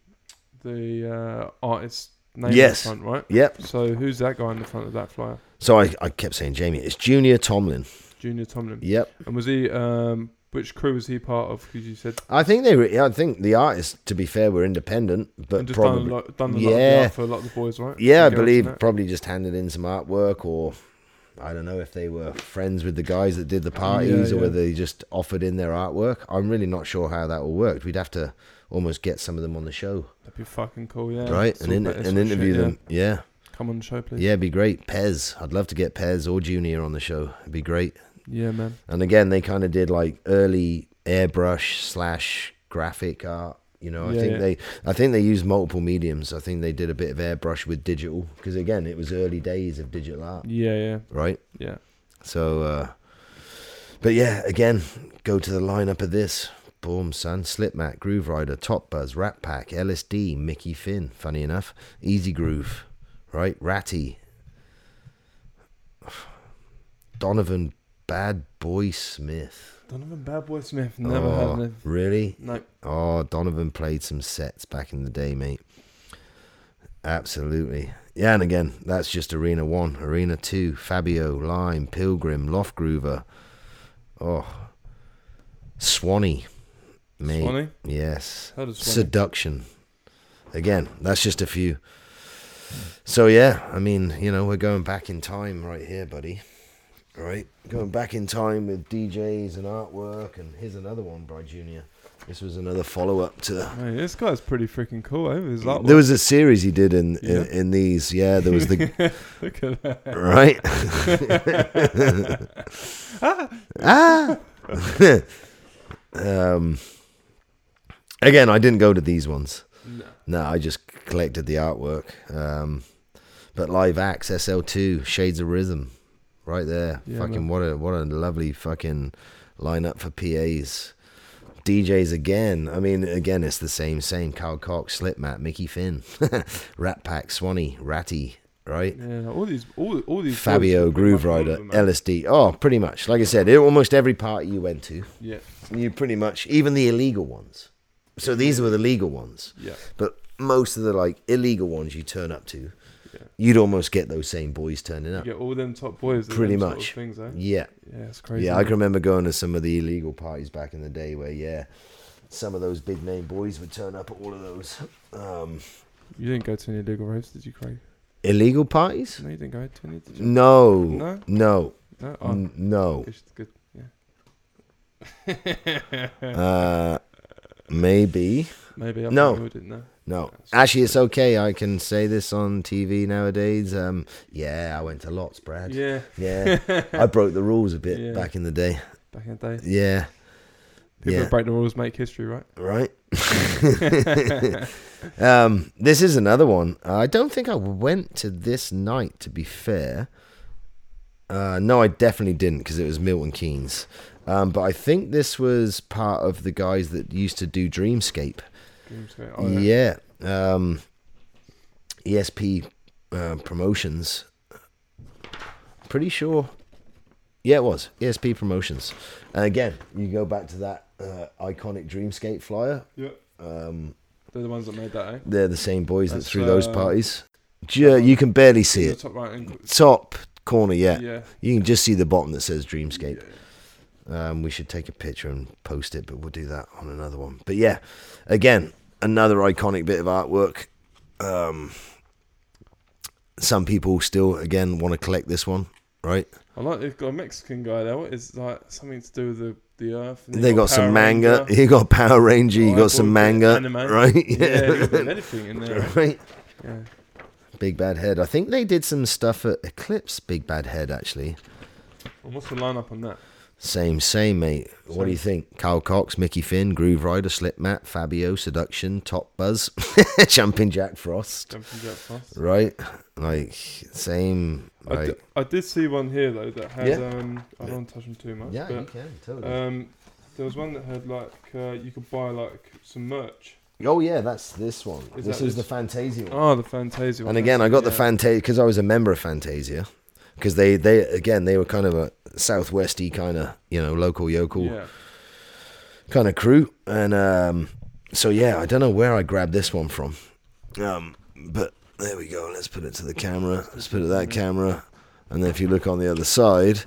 the uh, artist name Yes. on the front, right? Yep. So who's that guy on the front of that flyer? So I, I kept saying Jamie. It's Junior Tomlin. Junior Tomlin. Yep. And was he um which crew was he part of? Because you said I think they were, yeah, I think the artists, to be fair, were independent, but and just probably. done a lot, done a lot of the Yeah. art for a lot of the boys, right? Yeah, I And girls and believe that. probably just handed in some artwork or I don't know if they were friends with the guys that did the parties or yeah. whether they just offered in their artwork. I'm really not sure how that all worked. We'd have to almost get some of them on the show, That'd be fucking cool, yeah. right? It's And, all in, about this and sort of interview shit, them. Yeah. yeah. Come on the show, yeah. please. it'd be great. Pez. I'd love to get Pez or Junior on the show. It'd be great. Yeah, man. And again, they kind of did like early airbrush slash graphic art. You know, I Yeah, think yeah. they, I think they used multiple mediums. I think they did a bit of airbrush with digital because again, it was early days of digital art, Yeah, yeah, right? yeah. So, uh, but yeah, again, go to the lineup of this. Boom, son, Slipmat, Groove Rider, Top Buzz, Rat Pack, LSD, Mickey Finn, funny enough, Easy Groove, right? Ratty, Donovan, Bad Boy Smith. Donovan Bad Boy Smith. Never oh, had them. Really? No. Oh, Donovan played some sets back in the day, mate. Absolutely. Yeah, and again, that's just Arena 1, Arena 2, Fabio, Lime, Pilgrim, Loftgroover. Oh. Swanee, mate. Swanee. Yes. Heard of Swanee. Seduction. Again, that's just a few. So, yeah, I mean, you know, we're going back in time right here, buddy. Right? Going back in time with DJs and artwork, and here's another one by Junior. This was another follow up to Mate, this guy's pretty freaking cool. Eh? His artwork. there was a series he did in, Yeah. in, in these. Yeah, there was the Look at that. right. ah. um. Again, I didn't go to these ones. No. No, I just collected the artwork. Um, but live acts, SL2, Shades of Rhythm, right there. Yeah, fucking man. what a what a lovely fucking lineup for PAs. DJs again. I mean, again, it's the same, same. Carl Cox, Slipmat, Mickey Finn, Rat Pack, Swanee, Ratty, right? Yeah, all these, all, all these. boys Fabio, were pretty Groove much all of Rider, them, eh? man. LSD. Oh, pretty much. Like I said, it, almost every party you went to, Yeah, you pretty much, even the illegal ones. So these were the legal ones yeah, but most of the like illegal ones you turn up to Yeah. you'd almost get those same boys turning You up. get all them top boys. and Pretty them sort of much. things, eh? Yeah. Yeah, it's crazy. Yeah, I can remember going to some of the illegal parties back in the day where, yeah, some of those big name boys would turn up at all of those. Um, You didn't go to any illegal raves, did you, Craig? illegal parties? No, you didn't go to any, did you? No. No? No. No? Oh, n- No. Good, good. Yeah. Uh, maybe. Maybe I no. probably wouldn't know. No. That's Actually, it's okay. I can say this on TV nowadays. Um, yeah, I went to lots, Brad. Yeah, Yeah. I broke the rules a bit Yeah. back in the day. back in the day. Yeah. People that break the rules make history, right? right? um, this is another one. I don't think I went to this night, to be fair. Uh, no, I definitely didn't because it was Milton Keynes. Um, but I think this was part of the guys that used to do Dreamscape. Dreamscape. Oh, yeah. Yeah. Um, ESP uh, Promotions. Pretty sure. Yeah, it was. ESP Promotions. And again, you go back to that uh, iconic Dreamscape flyer yeah. um, They're the ones that made that, eh? they're the same boys that That's, threw those uh, parties. Ju- you can barely see The it. top right and Top corner, yeah. yeah. You can just see the bottom that says yeah. Dreamscape. Um, we should take a picture and post it, but we'll do that on another one. But yeah, again, another iconic bit of artwork. Um, some people still, again, want to collect this one, right? I like they've got a Mexican guy there. What is like something to do with the, the earth? and They got Power some manga. Ranger. You got Power Ranger. You Oh, got some I bought a manga, bit of anime. right? Yeah, they've got anything in there. right. Yeah. Big Bad Head. I think they did some stuff at Eclipse Big Bad Head actually. And what's the lineup on that? Same, same, mate. What do you think? Kyle Cox, Mickey Finn, Groove Rider, Slipmat, Fabio, Seduction, Top Buzz, Jumping Jack Frost. Jumping Jack Frost. Right? Like, same. I, d- Like, I did see one here though that had. Yeah. Um, I don't touch them too much. yeah, you But, can, totally. um, there was one that had like uh, you could buy like some merch. oh, yeah, that's this one. Is This that is the this- Fantasia one. Oh, the Fantasia. one, And again, I got the yeah. Fantasia because I was a member of Fantasia. Because they, they, again, they were kind of a southwesty kind of, you know, local yokel. Yeah. kind of crew. And um, so yeah, I don't know where I grabbed this one from, um, but there we go. Let's put it to the camera. Let's put it to that camera, and then if you look on the other side,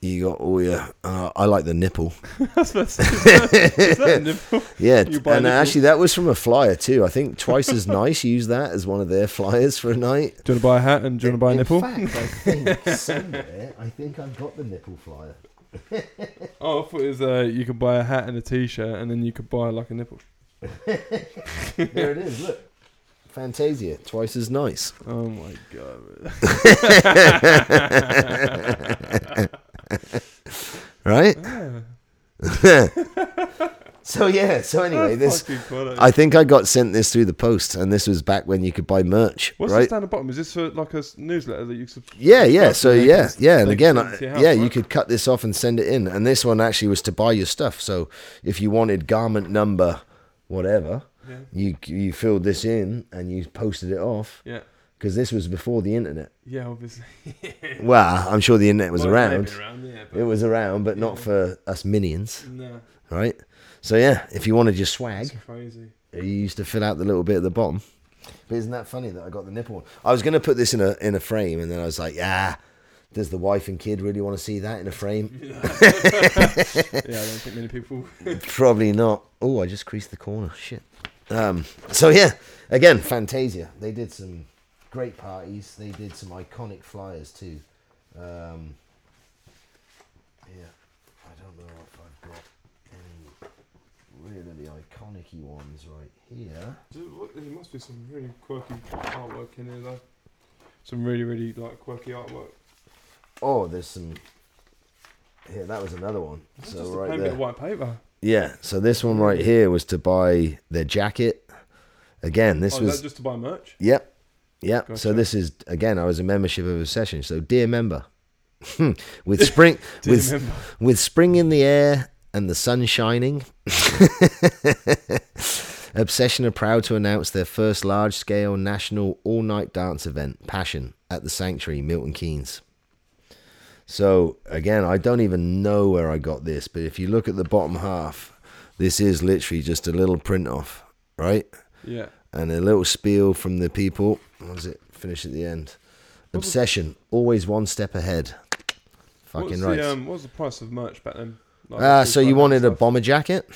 you got all your. Uh, I like the nipple. That's that's- is that- is that a nipple? Yeah, You and buy nipple? actually that was from a flyer too. I think twice as nice used that as one of their flyers for a night. Do you want to buy a hat and do you want to buy a In nipple? fact, I think somewhere, I think I've got the nipple flyer. Oh, I thought it was uh, you could buy a hat and a t-shirt, and then you could buy like a nipple. There it is. Look, Fantasia, twice as nice. Oh my god! man. right? so yeah. So anyway, this Fucking product. I think I got sent this through the post, and this was back when you could buy merch, What's right? this down the bottom? Is this a, like a s- newsletter that you sub- Yeah, subscribe yeah. to So and they yeah, just- yeah. And they again, send it I, to your house, yeah, you right? could cut this off and send it in. And this one actually was to buy your stuff. So if you wanted garment number, whatever, Yeah. you you filled this in and you posted it off Yeah, because this was before the internet. yeah, obviously. Well, I'm sure the internet was Well, it may around. be around, yeah, but It was around, but not Yeah. for us minions, no, right? So yeah, if you wanted your swag, it's crazy. You used to fill out the little bit at the bottom. But isn't that funny that I got the nipple one? I was going to put this in a in a frame, and then I was like, ah, does the wife and kid really want to see that in a frame? yeah, I don't think many people. Probably not. Oh, I just creased the corner. Shit. Um, so yeah, again, Fantasia. They did some great parties. They did some iconic flyers too. Um, yeah, I don't know if I've got any really iconic ones right here. There must be some really quirky artwork in here, though. Some really, really like quirky artwork. Oh, there's some. Here, that was another one. It's So just a right plain bit of there. white paper. Yeah. So this one right here was to buy their jacket. Again, this oh, is was. that just to buy merch? Yep. Yep. So Gotcha. this is again. I was a membership of a session. So dear member, with spring Do you with remember? with spring in the air and the sun shining. Obsession are proud to announce their first large scale national all night dance event, Passion, at the Sanctuary, Milton Keynes. So, again, I don't even know where I got this, but if you look at the bottom half, this is literally just a little print off, right? Yeah. and a little spiel from the people. What was it? finish at the end. Obsession, always one step ahead. Fucking what's right. The, um, what was the price of merch back then? Like, Ah, full so you time wanted a stuff? bomber jacket?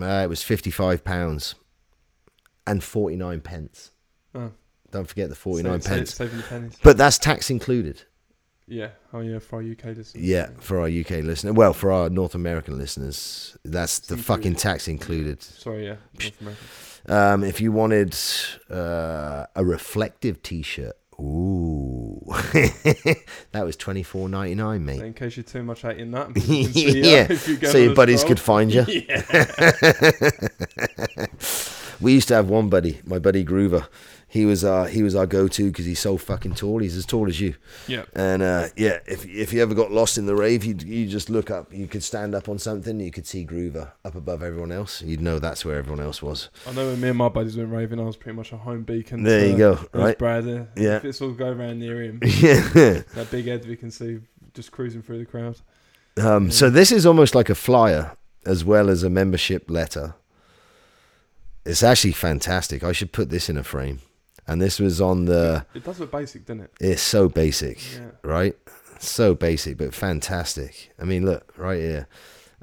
Uh, it was fifty-five pounds and forty-nine pence. Oh. Don't forget the forty-nine Save- save- pence. Saving the pennies. But that's tax included. Yeah. Oh yeah, for our UK listeners. Yeah, for our UK listener, well, for our North American listeners, that's the Included. fucking tax included. Sorry, yeah. North America. Um, if you wanted uh, a reflective T-shirt, ooh, that was twenty-four ninety-nine, mate. In case you're too much hate in that. you can see that yeah, if you go so on your a buddies stroll. could find you. Yeah. We used to have one buddy, my buddy Groover. He was our he was our go-to because he's so fucking tall. He's as tall as you. Yeah. And uh, yeah, if if you ever got lost in the rave, you you just look up. You could stand up on something. You could see Groover up above everyone else. You'd know that's where everyone else was. I know when me and my buddies went raving, I was pretty much a home beacon. There to- you go, it was right? Brad, uh, Yeah. If it's all go around near him, yeah. that big head we can see just cruising through the crowd. Um, so this is almost like a flyer as well as a membership letter. It's actually fantastic. I should put this in a frame. And this was on the. It does look basic, doesn't it? It's so basic. Yeah. right? So basic, but fantastic. I mean, look right here.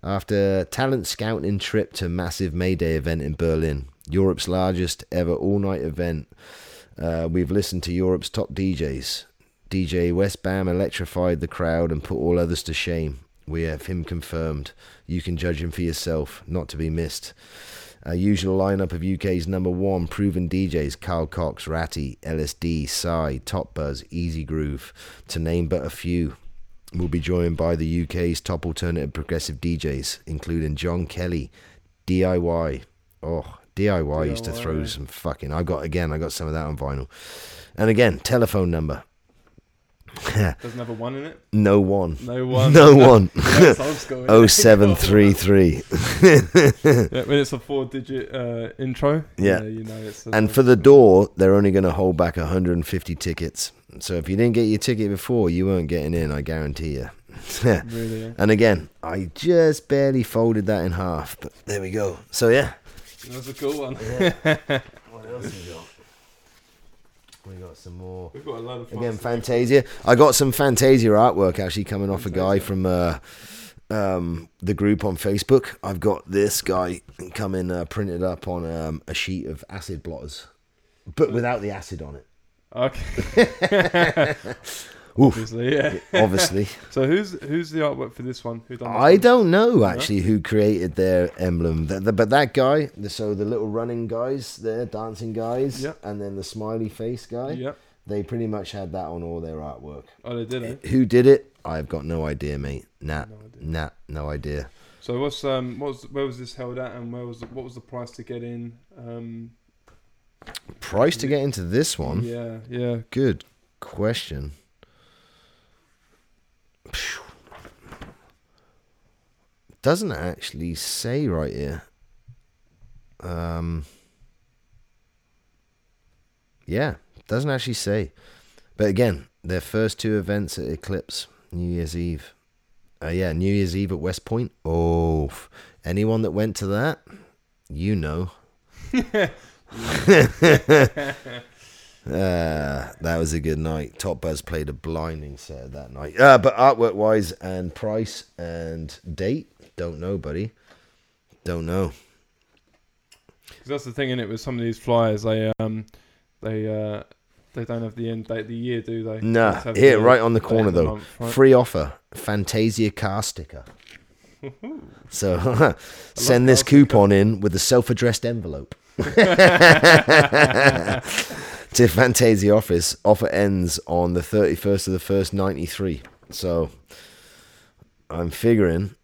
After talent scouting trip to massive May Day event in Berlin, Europe's largest ever all-night event, uh, we've listened to Europe's top DJs. DJ Westbam electrified the crowd and put all others to shame. We have him confirmed. You can judge him for yourself, not to be missed. Our usual lineup of UK's number one proven DJs Carl Cox, Ratty, LSD, Psy, Top Buzz, Easy Groove, to name but a few. We'll be joined by the UK's top alternative progressive DJs, including John Kelly, DIY. Oh, DIY, used to throw DIY. some fucking. I got, again, I got some of that on vinyl. And again, telephone number. Doesn't have a one in it. no one. No one. No one. Oh, That's old school. isn't it? 0733. Yeah, when it's a four-digit uh, intro. Yeah. you know it's. A, And for the door, they're only going to hold back 150 tickets. So if you didn't get your ticket before, you weren't getting in, I guarantee you. really. uh, Yeah. and again, I just barely folded that in half, but there we go. So yeah. That was a cool one. What else we got? We got some more. We've got a lot of fun. Again, Fantasia. I got some Fantasia artwork actually coming off a guy Fantasia. from uh, um, the group on Facebook. I've got this guy coming uh, printed up on um, a sheet of acid blotters, but without the acid on it. Okay. Oof. Obviously, yeah. Obviously, So who's who's the artwork for this one? Who done this I one? don't know actually who created their emblem, Th- th- but that guy. the- So the little running guys, there, dancing guys, Yeah. and then the smiley face guy. Yep. They pretty much had that on all their artwork. Oh, they did. Eh? Who did it? I've got no idea, mate. Nah, No idea. nah, no idea. So what's um what's where was this held at and where was the, what was the price to get in? Um, Price to get into this one? yeah, yeah. Good question. Phew. Doesn't actually say right here. Um. Yeah, doesn't actually say. But again, their first two events at Eclipse, New Year's Eve. Uh, yeah, New Year's Eve at West Point. Oh, f- anyone that went to that, you know. Uh, that was a good night. Top Buzz played a blinding set that night. Uh, but artwork wise and price and date, don't know, buddy. Don't know. 'Cause that's the thing in it with some of these flyers. They um they uh they don't have the end date of the year, do they? They Nah, just have here, the right on the date corner of the though. month, right? Free offer Fantasia car sticker. so send this car sticker. coupon in with a self addressed envelope. to Fantasia office. Offer ends on the 31st of the 1st, 93. So I'm figuring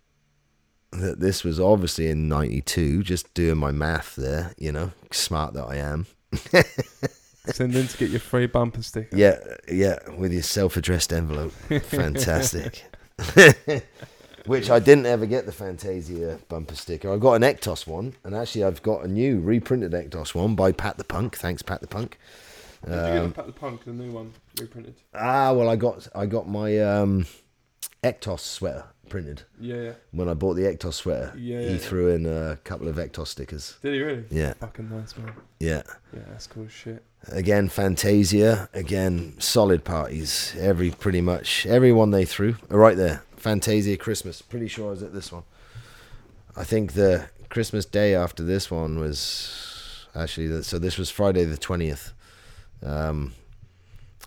that this was obviously in 92, just doing my math there, you know, smart that I am. Send in to get your free bumper sticker. Yeah, yeah, with your self-addressed envelope. Fantastic. Which I didn't ever get the Fantasia bumper sticker. I got an Ectos one, and actually I've got a new reprinted Ectos one by Pat the Punk. Thanks, Pat the Punk. Did you get the Pat the Punk, the new one reprinted? Ah, well, I got I got my um, Ectos sweater printed Yeah, yeah. when I bought the Ectos sweater. Yeah, he yeah. threw in a couple of Ectos stickers. Did he really? Yeah, Fucking nice man. yeah. Yeah, that's cool as shit. Again, Fantasia. Again, solid parties. Every pretty much everyone they threw. Right there, Fantasia Christmas. Pretty sure I was at this one. I think the Christmas day after this one was actually the, so. This was Friday the twentieth. Um,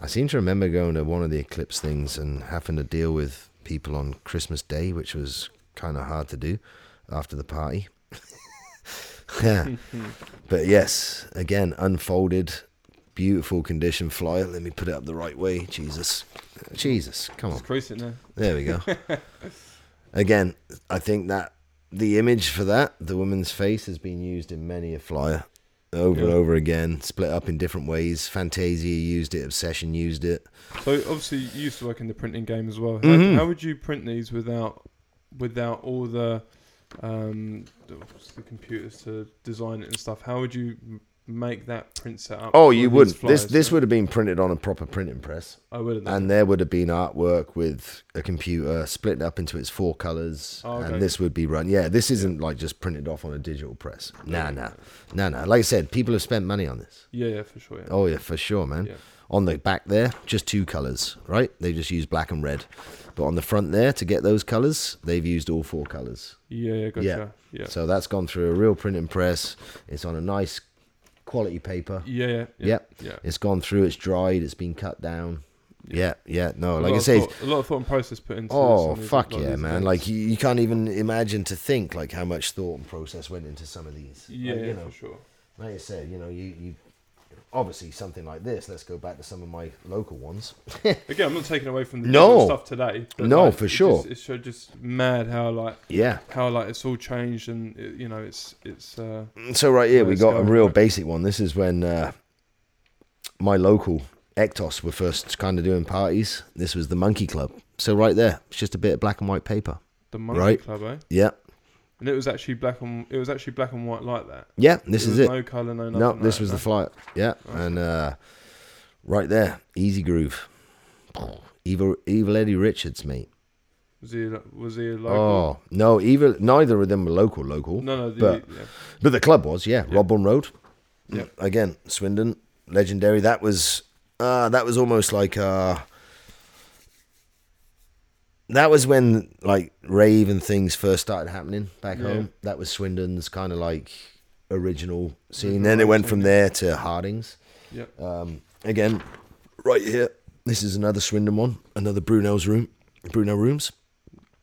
I seem to remember going to one of the Eclipse things and having to deal with people on Christmas Day, which was kind of hard to do after the party. yeah. But yes, again, unfolded, beautiful condition flyer. Let me put it up the right way. Jesus. Jesus, come on. Just crease it now. There we go. Again, I think that the image for that, the woman's face, has been used in many a flyer over and Yeah. over again, split up in different ways. Fantasia used it, Obsession used it. So obviously you used to work in the printing game as well. How, Mhm. how would you print these without without all the um, the what's the computers to design it and stuff? How would you m- make that print setup? Oh, for you these wouldn't. flyers, This this yeah? would have been printed on a proper printing press, I would have. and there would have been artwork with a computer split up into its four colors, Oh, okay. and this would be run. Yeah, this isn't like just printed off on a digital press. Nah, nah, nah, nah. Like I said, people have spent money on this. Yeah, yeah, for sure. Yeah. Oh yeah, for sure, man. Yeah. On the back there, just two colors, right? They just use black and red. But on the front there, to get those colors, they've used all four colors. Yeah, yeah, gotcha. Yeah. So that's gone through a real printing press. It's on a nice quality paper. yeah, yeah, yeah, Yep. yeah. It's gone through. It's dried. It's been cut down. Yeah, yeah. no, Oh, A like lot I of say, thought- a lot of thought and process put into. oh some of these- fuck lot of yeah, these man! events. Like you, you can't even imagine to think like how much thought and process went into some of these. Like, yeah, uh, you know, for sure. like I said, you know, you, you obviously something like this. Let's go back to some of my local ones. Again, I'm not taking away from the No. digital stuff today. but, No, like, for it just- sure. it's so just mad how like yeah. how like it's all changed and it, you know it's it's uh, So right here we Let's got go. a real basic one. This is when uh, my local Ectos were first kind of doing parties. This was the Monkey Club. So right there, it's just a bit of black and white paper. the monkey Right. club, eh? Yeah, And it was actually black and it was actually black and white like that. yeah. This is was it. No color, no nothing. No, like this that, was no? the flyer. Yeah, and uh, right there, Easy Groove, Evil Evil Eddie Richards, mate. Was he lo- was he a local? Oh no, evil. Neither of them were local, local, no, no, the, Oh. but- yeah. but the club was. Yeah, Yeah. Robbourne Road. Yeah. Again, Swindon, legendary. That was uh, that was almost like uh, that was when like rave and things first started happening back Yeah. home. That was Swindon's kind of like original scene. Original Then it rave went scene, from yeah. there to Hardings. yeah. Um, again, right here, this is another Swindon one, another Bruno's room, Bruno rooms,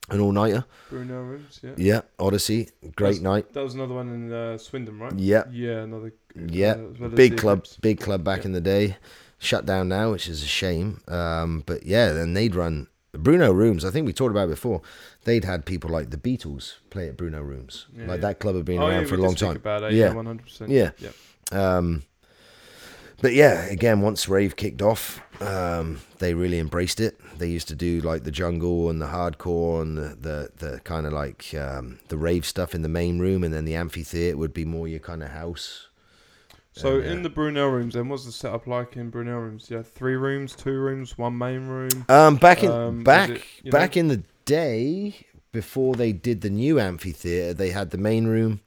an all nighter. Bruno rooms, yeah. Yeah, Odyssey, great That's- night. That was another one in uh, Swindon, right? Yeah, Yeah, another. yeah, uh, as well as big the club, Eclipse. big club back Yeah. in the day. Shut down now, which is a shame. Um, but yeah, then they'd run Bruno rooms. I think we talked about it before. They'd had people like the Beatles play at Bruno rooms. Yeah, like yeah. that club had been oh, around yeah, for a we did long speak time. About it, Yeah. yeah, one hundred percent. Yeah. yeah. Um, but yeah, again, once rave kicked off, um, they really embraced it. They used to do like the jungle and the hardcore and the the, the kind of like um, the rave stuff in the main room, and then the amphitheater would be more your kind of house. So And, uh, in the Brunel rooms, then what's the setup like in Brunel rooms? You had three rooms, two rooms, one main room. Um, back in Um, was back it, you know- back in the day, before they did the new amphitheater, they had the main room,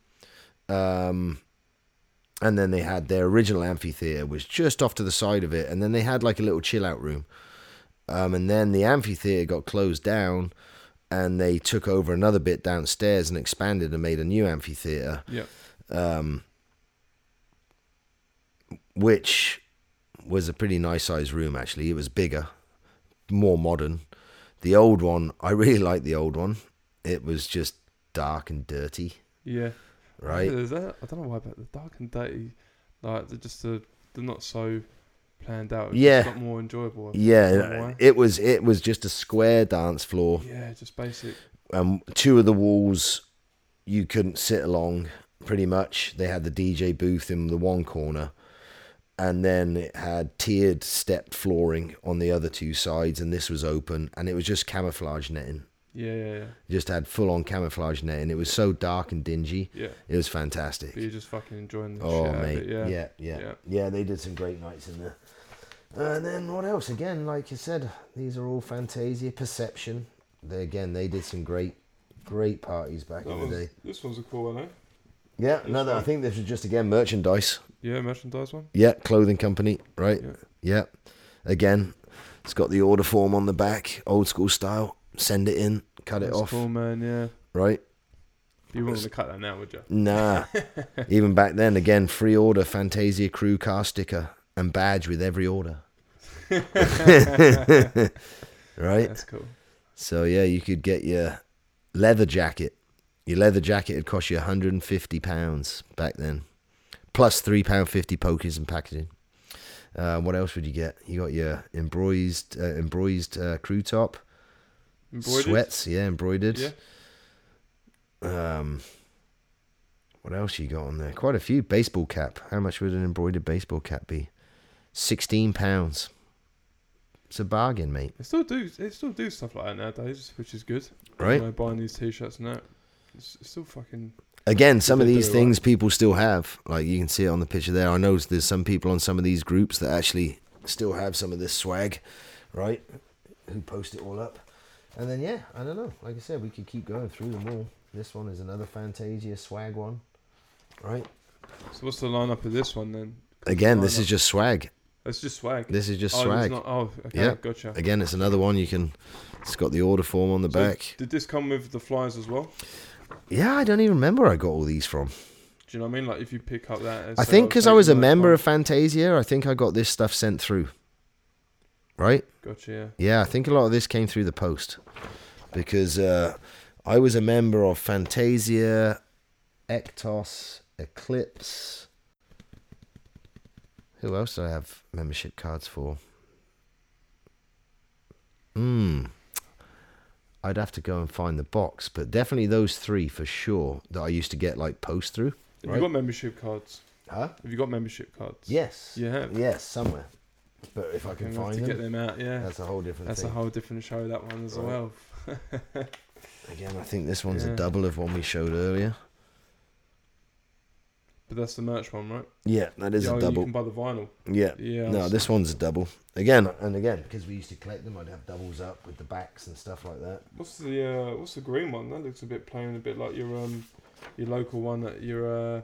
um, and then they had their original amphitheater was just off to the side of it, and then they had like a little chill out room, um, and then the amphitheater got closed down, and they took over another bit downstairs and expanded and made a new amphitheater, Yeah, um, which was a pretty nice sized room actually. It was bigger, more modern. The old one, I really liked the old one. It was just dark and dirty, yeah. right? Is that, I don't know why, but the dark and dirty, like they're just uh they're not so planned out. It's Yeah. just a lot more enjoyable. I think. Yeah, it was it was just a square dance floor. yeah, just basic. um, two of the walls you couldn't sit along pretty much they had the dj booth in the one corner and then it had tiered stepped flooring on the other two sides and this was open and it was just camouflage netting Yeah, yeah, yeah. It just had full on camouflage netting it was so dark and dingy yeah. it was But you're fantastic just fucking enjoying the oh shit out of mate it. yeah. Yeah. Yeah, yeah Yeah. they did some great nights in there and then what else again like you said these are all fantasia perception they again they did some great great parties back That in the day was, this one's a cool one, eh? Yeah, no, that- I think this is just again merchandise. Yeah, merchandise one. Yeah, clothing company, right? Yeah. Yeah. Again, it's got the order form on the back, old school style. Send it in, cut it That's off, cool, man. Yeah, right? you wouldn't want to cut that now, would you? Nah. Even back then, again, free order Fantasia crew car sticker and badge with every order. right? That's cool. So yeah, you could get your leather jacket. Your leather jacket would cost you 150 pounds back then, plus three pound fifty pokers and packaging. Uh, what else would you get? You got your embroised, uh, embroised uh, crew top, Embroidered? sweats, yeah, embroidered. Yeah. Um, what else you got on there? Quite a few. Baseball cap. How much would an embroidered baseball cap be? Sixteen pounds. It's a bargain, mate. They still do. They still do stuff like that nowadays, which is good. Right? You know, buying these t-shirts and that. It's, it's still fucking. Again, some of People do these it things people still have. Like you can see it on the picture there. I know there's some people on some of these groups that actually still have some of this swag, right? Who post it all up. And then yeah, I don't know. Like I said, we could keep going through them all. This one is another Fantasia swag one, right? So what's the lineup of this one then? Again, Why this not? is just swag. It's just swag. This is just oh, it's swag. Not, oh, okay, Yeah. gotcha. Again, it's another one you can. It's got the order form on the So back. Did this come with the flyers as well? Yeah, I don't even remember where I got all these from. Do you know what I mean? Like if you pick up that, and I say, think "Oh, because take I was a my member of phone." Fantasia, I think I got this stuff sent through. Right? Gotcha. Yeah. Yeah, I think a lot of this came through the post because uh, I was a member of Fantasia, Ectos, Eclipse. Who else do I have membership cards for? Hmm. I'd have to go and find the box, but definitely those three for sure that I used to get like post through. Have Right. you got membership cards? Huh? Have you got membership cards? Yes. You have. Yes, somewhere. But if I can Gonna have find to get them, them out. Yeah. that's a whole different That's a thing. whole different show. That one as Right. well. Again, I think this one's a Yeah. double of one we showed earlier. But that's the merch one, right? Yeah, that is yeah, a oh, You double. can buy the vinyl. Yeah. Yeah. No, I this one's a double. Again, and again, because we used to collect them, I'd have doubles up with the backs and stuff like that. What's the uh, what's the green one? That looks a bit plain, a bit like your um your local one at your uh,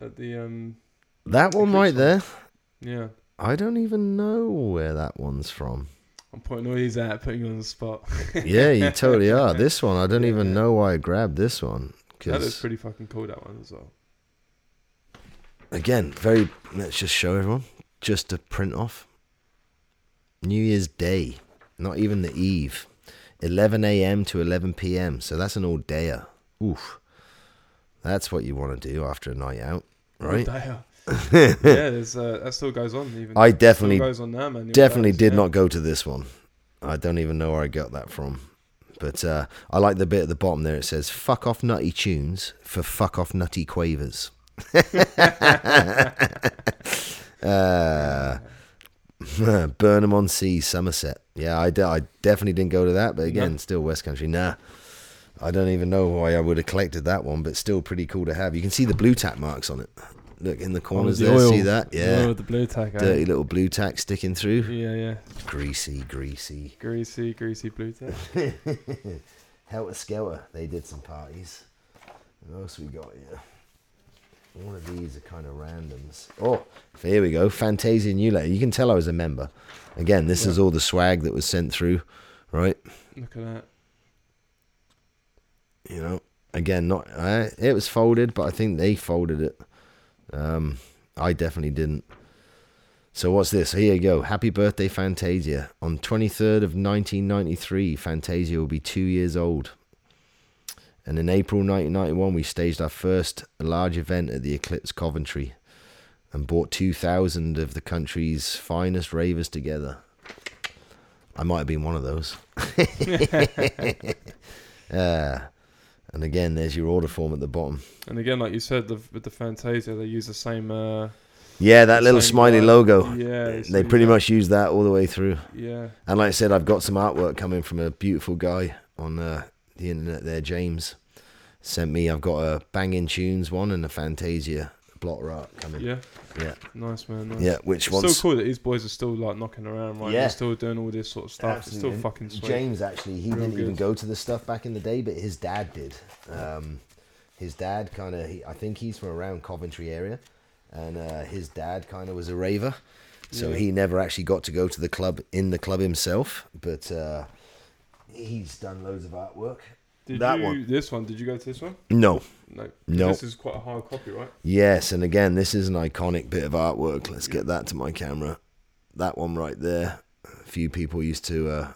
at the um That one right there, yeah. I don't even know where that one's from. I'm pointing all these out, putting you on the spot. yeah, you totally are. This one, I don't even Yeah. know why I grabbed this one. That looks Because, pretty fucking cool. That one as well. again, very. Let's just show everyone. Just to print off. New Year's Day, not even the eve. 11 a.m. to 11 p.m. So that's an all dayer. Oof. That's what you want to do after a night out, right? They are. yeah, there's, uh, that still goes on. Even I That still definitely- goes on now, man. definitely Nowadays, did yeah. not go to this one. I don't even know where I got that from. But uh, I like the bit at the bottom there. It says, fuck off nutty tunes for fuck off nutty quavers. uh, Burnham on Sea, Somerset. Yeah, I, de- I definitely didn't go to that. But again, still West Country. Nah. I don't even know why I would have collected that one, but still pretty cool to have. You can see the blue tack marks on it. Look in the corners Oh, the there. oil. See that? Yeah. Oh, the blue tack. eh? Dirty little blue tack sticking through. Yeah, yeah. Greasy, greasy. Greasy, greasy blue tack. Helter Skelter, they did some parties. What else we got here? All of these are kind of randoms. Oh, here we go. Fantasia New Letter. You can tell I was a member. Again, this is all the swag that was sent through, right? Look at that. You know, again, not I, it was folded, but I think they folded it. Um, I definitely didn't. So what's this? Here you go. Happy birthday, Fantasia. On 23rd of 1993, Fantasia will be two years old. And in April 1991, we staged our first large event at the Eclipse Coventry and brought 2,000 of the country's finest ravers together. I might have been one of those. uh, and again, there's your order form at the bottom. And again, like you said, the, with the Fantasia, they use the same. Uh, Yeah, that little same smiley vibe. logo. Yeah, it's They really pretty nice. much use that all the way through. Yeah, And like I said, I've got some artwork coming from a beautiful guy on uh, the internet there, James. Sent me, I've got a Bangin' Tunes one and a Fantasia blotter art coming. yeah, Yeah. nice man. Nice. Yeah, which it's one's. still cool that these boys are still like knocking around, right? Yeah. They're still doing all this sort of stuff. It's Absolutely. still fucking sweet. James actually, he Real didn't even good. go to this stuff back in the day, but his dad did. Um, his dad kind of I think he's from around Coventry area, and uh, his dad kind of was a raver, so Yeah. he never actually got to go to the club in the club himself, but uh, he's done loads of artwork. Did That you, one. This one. Did you go to this one? No, No. No. This is quite a hard copy, right? Yes, and again, this is an iconic bit of artwork. Let's get that to my camera. That one right there. A few people used to uh,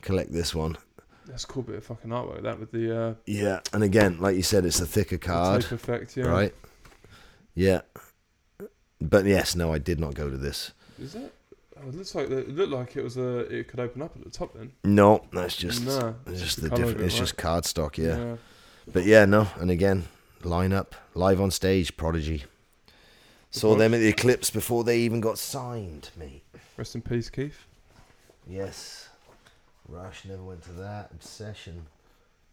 collect this one. That's a cool bit of fucking artwork. That with the, uh, Yeah, and again, like uh, you said, it's a thicker the card, tape effect. Yeah. right? Yeah. But yes, no, I did not go to this. Is that? Oh, it looks like it looked like it was a. It could open up at the top then. No, that's just Nah, it's just the the colour of different. it, It's right? just cardstock, yeah. But yeah, no, and again, line up live on stage, Prodigy. Saw them at the Eclipse before they even got signed, mate. Rest in peace, Keith. Yes. Rush never went to that. Obsession.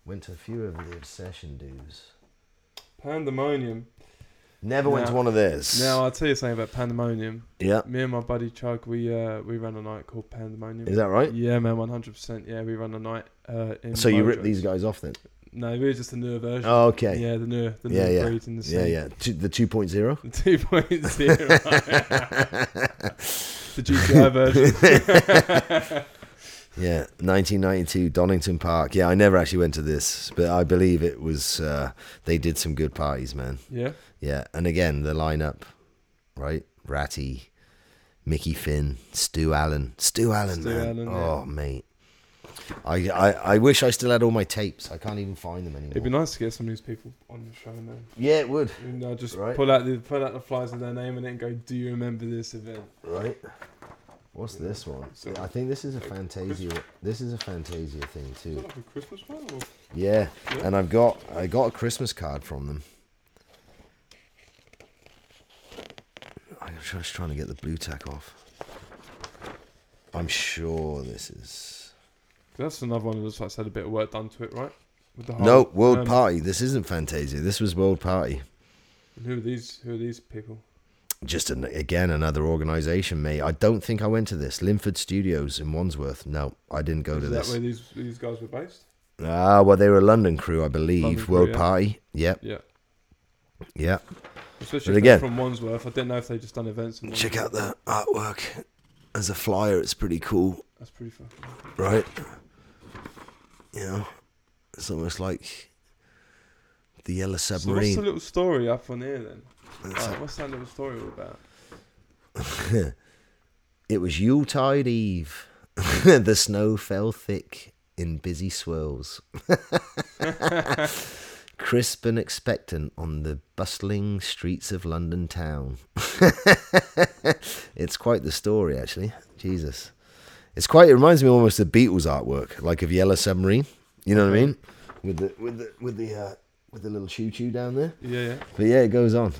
Went to a few of the Obsession dues. Pandemonium. Never went Now- to one of theirs. Now I'll tell you something about pandemonium. yeah. Me and my buddy Chug, we uh, we ran a night called Pandemonium. Is that right? Yeah, man, one hundred percent. Yeah, we ran a night. Uh, in So you Mojo. ripped these guys off then? No, we were just the newer version. Oh, okay. Yeah, the newer, the Yeah, newer yeah. breed in the scene. yeah, yeah. Two, the 2.0? The two point zero. the GTI version. Yeah, 1992, Donington Park. Yeah, I never actually went to this, but I believe it was, uh, they did some good parties, man. yeah. Yeah, and again, the lineup, right? Ratty, Mickey Finn, Stu Allen. Stu Allen, Stu man. Allen, oh, yeah. mate. I, I, I wish I still had all my tapes. I can't even find them anymore. It'd be nice to get some of these people on the show, man. yeah, it would. You know, just Right. pull out the pull out the flies of their name and then go, "Do you remember this event?" Right. What's this one? So- I think this is a Fantasia. This is a Fantasia thing Is too. that like a Christmas one? Or? Yeah, Yeah. and I've got I got a Christmas card from them. I'm just trying to get the blue tack off. I'm sure this is. That's another one that looks like it's had a bit of work done to it, right? With the No, whole- World um, Party. This isn't Fantasia. This was World Party. Who are these? Who are these people? Just an, again another organisation, mate. I don't think I went to this. Linford Studios in Wandsworth. No, I didn't go to Is that this. where these these guys were based? Ah, well, they were a London crew, I believe. London crew, World yeah. Party. Yep, Yeah. yep. Especially But if they're again- from Wandsworth. I didn't know if they just done events. In Check Wandsworth. out the artwork. As a flyer, it's pretty cool, That's pretty fucking. right? You know, it's almost like the Yellow So what's Submarine. the little story up on here then? It's Like, like- what's that little story all about? It was Yuletide Eve. the snow fell thick in busy swirls. Crisp and expectant on the bustling streets of London town. it's quite the story, actually. Jesus. It's quite, it reminds me almost of Beatles artwork, like of Yellow Submarine. You know what I mean? With the, with the, with the, uh, with the little choo choo down there. Yeah, yeah. But yeah, it goes on.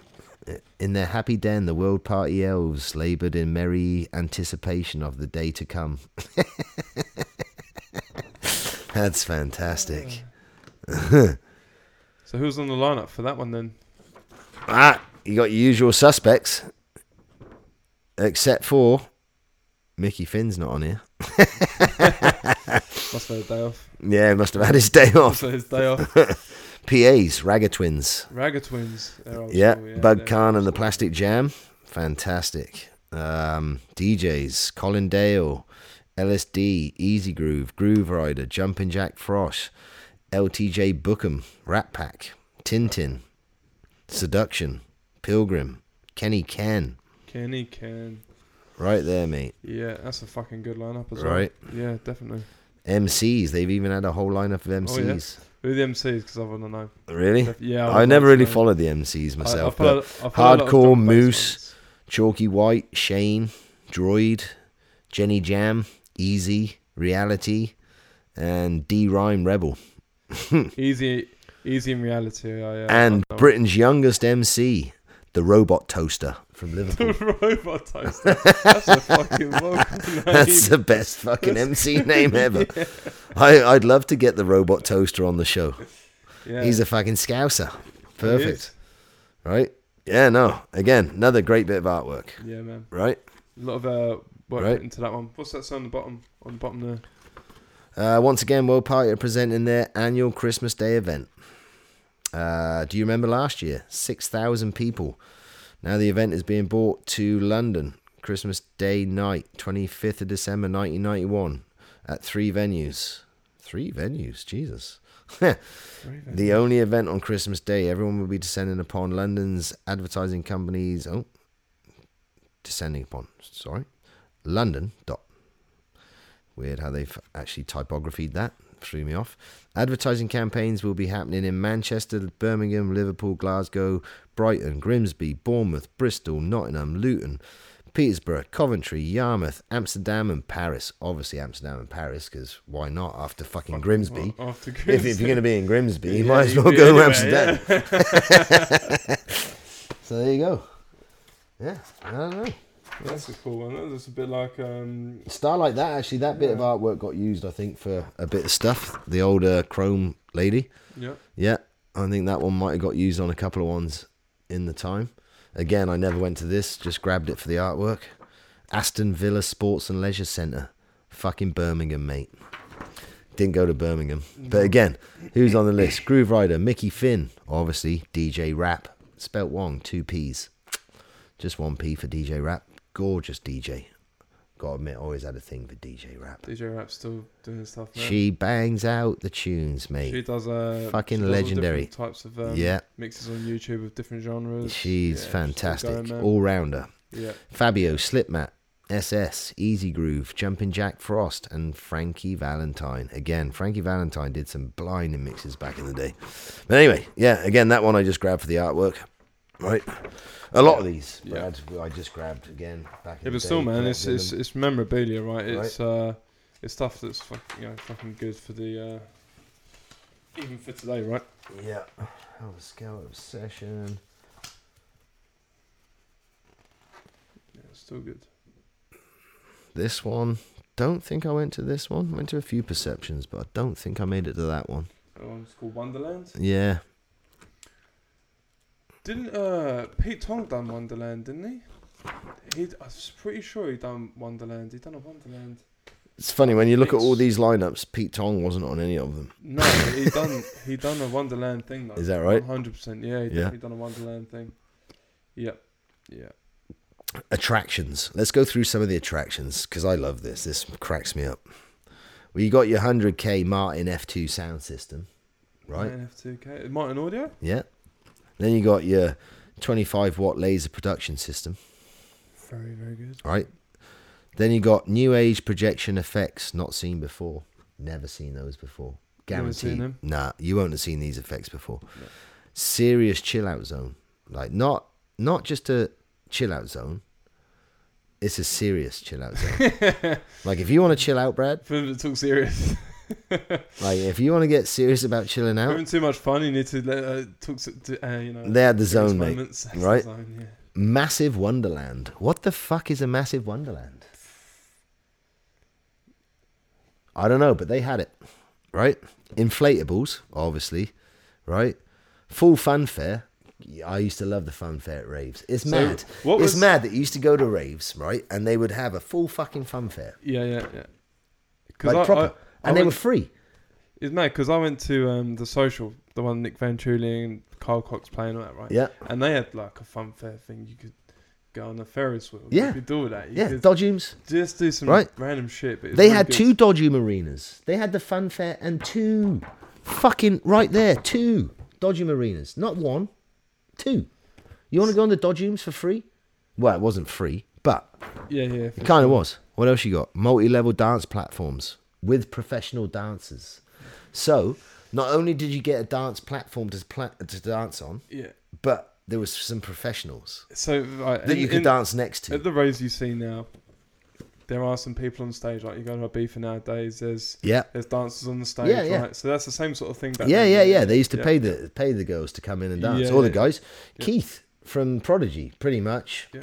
In their happy den, the world party elves laboured in merry anticipation of the day to come. That's fantastic. So who's on the lineup for that one then? Ah, you got your usual suspects, except for Mickey Finn's not on here. Must have had a day off. Yeah, he must have had his day Must off. have had his day off. PA's, Ragga Twins. Ragga Twins. they're old Yeah, school, Bud they're- Khan and the Plastic Jam. Fantastic. Um, DJs, Colin Dale, LSD, Easy Groove, Groove Rider, Jumpin' Jack Frost, LTJ Bookham, Rat Pack, Tintin, Seduction, Pilgrim, Kenny Ken. Kenny Ken. Right there, mate. Yeah, that's a fucking good lineup as Right. well. Yeah, definitely. MCs. They've even had a whole lineup of Oh, yeah. MCs. Who are the MCs? Because I want to know. Really? Def- Oh, Yeah, I would never like to really know. followed the MCs I- I myself. but follow- I follow a lot of Hardcore, drum bass Moose, ones. Chalky White, Shane, Droid, Jenny Jam, Easy, Reality, and D Rhyme Rebel. Easy, easy in reality. I, uh, and I know. Britain's youngest MC, the Robot Toaster from Liverpool. the robot toaster. That's a fucking welcome That's name. the best fucking MC name ever. I, I'd love to get the Robot Toaster on the show. Yeah, He's he a fucking scouser. is. Perfect. Right? Yeah, no. Again, another great bit of artwork. Yeah, man. Right? A lot of uh, work Right. put into that one. What's that sound on the bottom? On the bottom there. Uh, once again, World Party are presenting their annual Christmas Day event. Uh, do you remember last year? 6,000 people. Now the event is being brought to London, Christmas Day night, 25th of December 1991, at three venues. Three venues? Jesus. The only event on Christmas Day, everyone will be descending upon London's advertising companies. Oh, descending upon. Sorry, London dot. Weird how they've actually typographied that. Threw me off. Advertising campaigns will be happening in Manchester, Birmingham, Liverpool, Glasgow, Brighton, Grimsby, Bournemouth, Bristol, Nottingham, Luton, Petersburg, Coventry, Yarmouth, Amsterdam, and Paris. Obviously, Amsterdam and Paris, because why not after fucking Grimsby? Oh, After if, if Grimsby. you're going to be in Grimsby, you Yeah, might as you'd well be go anywhere, to Amsterdam. so there you go. Yeah, I don't know. That's a cool one. That's a bit like um, Star like that, actually, that bit of artwork got used, I think, for a bit of stuff. The old uh, Chrome lady. yeah. Yeah, I think that one might have got used on a couple of ones in the time. Again, I never went to this, just grabbed it for the artwork. Aston Villa Sports and Leisure Centre. Fucking Birmingham, mate. Didn't go to Birmingham. But again, who's on the list? Groove Rider, Mickey Finn, obviously, DJ Rap, Spelt Wong, two P's. Just one P for DJ Rap. Gorgeous DJ. Gotta admit, I always had a thing for DJ Rap. DJ Rap's still doing stuff now. She bangs out the tunes, mate. She does uh, Fucking she does all legendary. different types of um, Yeah. mixes on YouTube with different genres. She's Yeah, fantastic, She's going, man. all rounder. yeah, Fabio, Slipmat, SS, Easy Groove, Jumpin' Jack Frost, and Frankie Valentine. Again, Frankie Valentine did some blinding mixes back in the day. But anyway, yeah, again, that one I just grabbed for the artwork. Right, a lot of these, Yeah. Brad, I just grabbed again back in yeah, the but day, still, man, it's collected it's, them. it's memorabilia, right? It's uh, it's stuff that's fucking you know fucking good for the uh, even for today, right? yeah. Oh, scale of obsession. Yeah, it's still good. This one, don't think I went to this one. Went to a few perceptions, but I don't think I made it to that one. That one's called Wonderland. Yeah, Didn't uh Pete Tong done Wonderland? Didn't he? He, I was pretty sure he done Wonderland. He done a Wonderland. It's funny when you look at all It's- these lineups. Pete Tong wasn't on any of them. No, he done he done a Wonderland thing though. Is that right? One hundred percent. Yeah, he Yeah. definitely done a Wonderland thing. Yep. Yeah. Attractions. Let's go through some of the attractions because I love this. This cracks me up. Well, you got your 100k Martin F2 sound system, right? Martin F2K. Martin Audio. Yeah. Then you got your 25 watt laser production system, Very very good. right? Then you got new age projection effects not seen before. Never seen those before. Never seen Guaranteed. them. Nah, you won't have seen these effects before. No. Serious chill out zone. Like not not just a chill out zone. It's a serious chill out zone. like if you want to chill out, Brad, Film that took serious. like if you want to get serious about chilling Having out, too much fun. You need to let uh, took s- to, uh, you know. they had the serious zone, mate. moments. That's the right? zone, yeah. Massive Wonderland. What the fuck is a massive Wonderland? I don't know, but they had it, right? Inflatables, obviously, right? Full funfair. Yeah, I used to love the funfair at raves. It's So, mad. what it's was- mad that you used to go to raves, right? And they would have a full fucking funfair, Yeah, yeah, yeah. Because like I, I, proper, I and they went- were free. it's mad because I went to um, the social, the one Nick Venturi and Carl Cox playing all that, right? Yeah, And they had like a fun fair thing. You could go on a Ferris wheel. Yeah. You could do all that. You yeah. could Dodgums. just do some Right. random shit. But it was They really had good. two Dodgum arenas. They had the funfair and two, fucking right there, two Dodgum arenas. Not one, two. You want to go on the Dodgums for free? Well, it wasn't free, but Yeah, yeah. it kind of was. What else you got? Multi-level dance platforms with professional dancers. So not only did you get a dance platform to pla- to dance on, Yeah. but there was some professionals So right, that in- you could in- dance next at to. the raves you see now. There are some people on stage, like you go to a beef nowadays. There's Yeah. there's dancers on the stage, Yeah, yeah. right? So that's the same sort of thing. Back Yeah, then, yeah, yeah. They used to Yeah. pay the pay the girls to come in and dance, Yeah, or the yeah. guys. Yeah. Keith from Prodigy, pretty much. Yeah.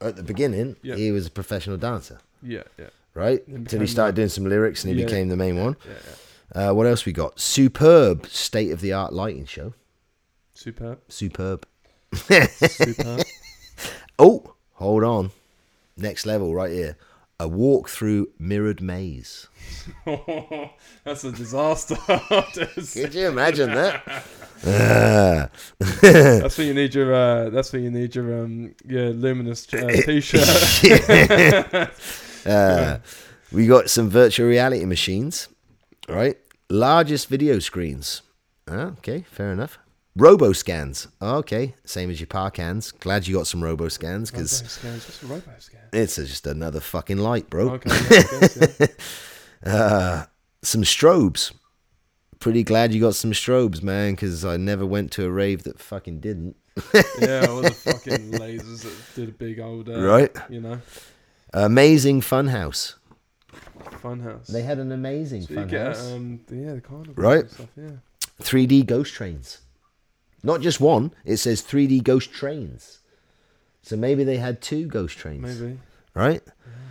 At the beginning, Yeah. he was a professional dancer, yeah, yeah, right? Then Till he became started doing some lyrics, and he Yeah. became the main one. yeah, yeah. Uh, what else we got? Superb state of the art lighting show. Superb, Superb. superb. Oh, hold on. Next level right here. A walk through mirrored maze. That's a disaster. Could you imagine that? Ah. that's what you need your. Uh, that's what you need your um your luminous uh, t-shirt. Uh, we got some virtual reality machines, right? Largest video screens. Ah, okay, fair enough. Robo scans. Okay, same as your parkans. Glad you got some robo scans because Roboscans, What's a roboscan? it's just another fucking light, bro. Okay. yeah, I guess, yeah. Some strobes. Pretty glad you got some strobes, man, because I never went to a rave that fucking didn't. Yeah, all the fucking lasers that did a big old. Uh, Right. You know, Amazing funhouse. funhouse. They had an amazing So you get funhouse. um the- yeah the carnival Right. and stuff yeah. 3D ghost trains. Not just one, it says 3D ghost trains. So maybe they had two ghost trains. Maybe. Right?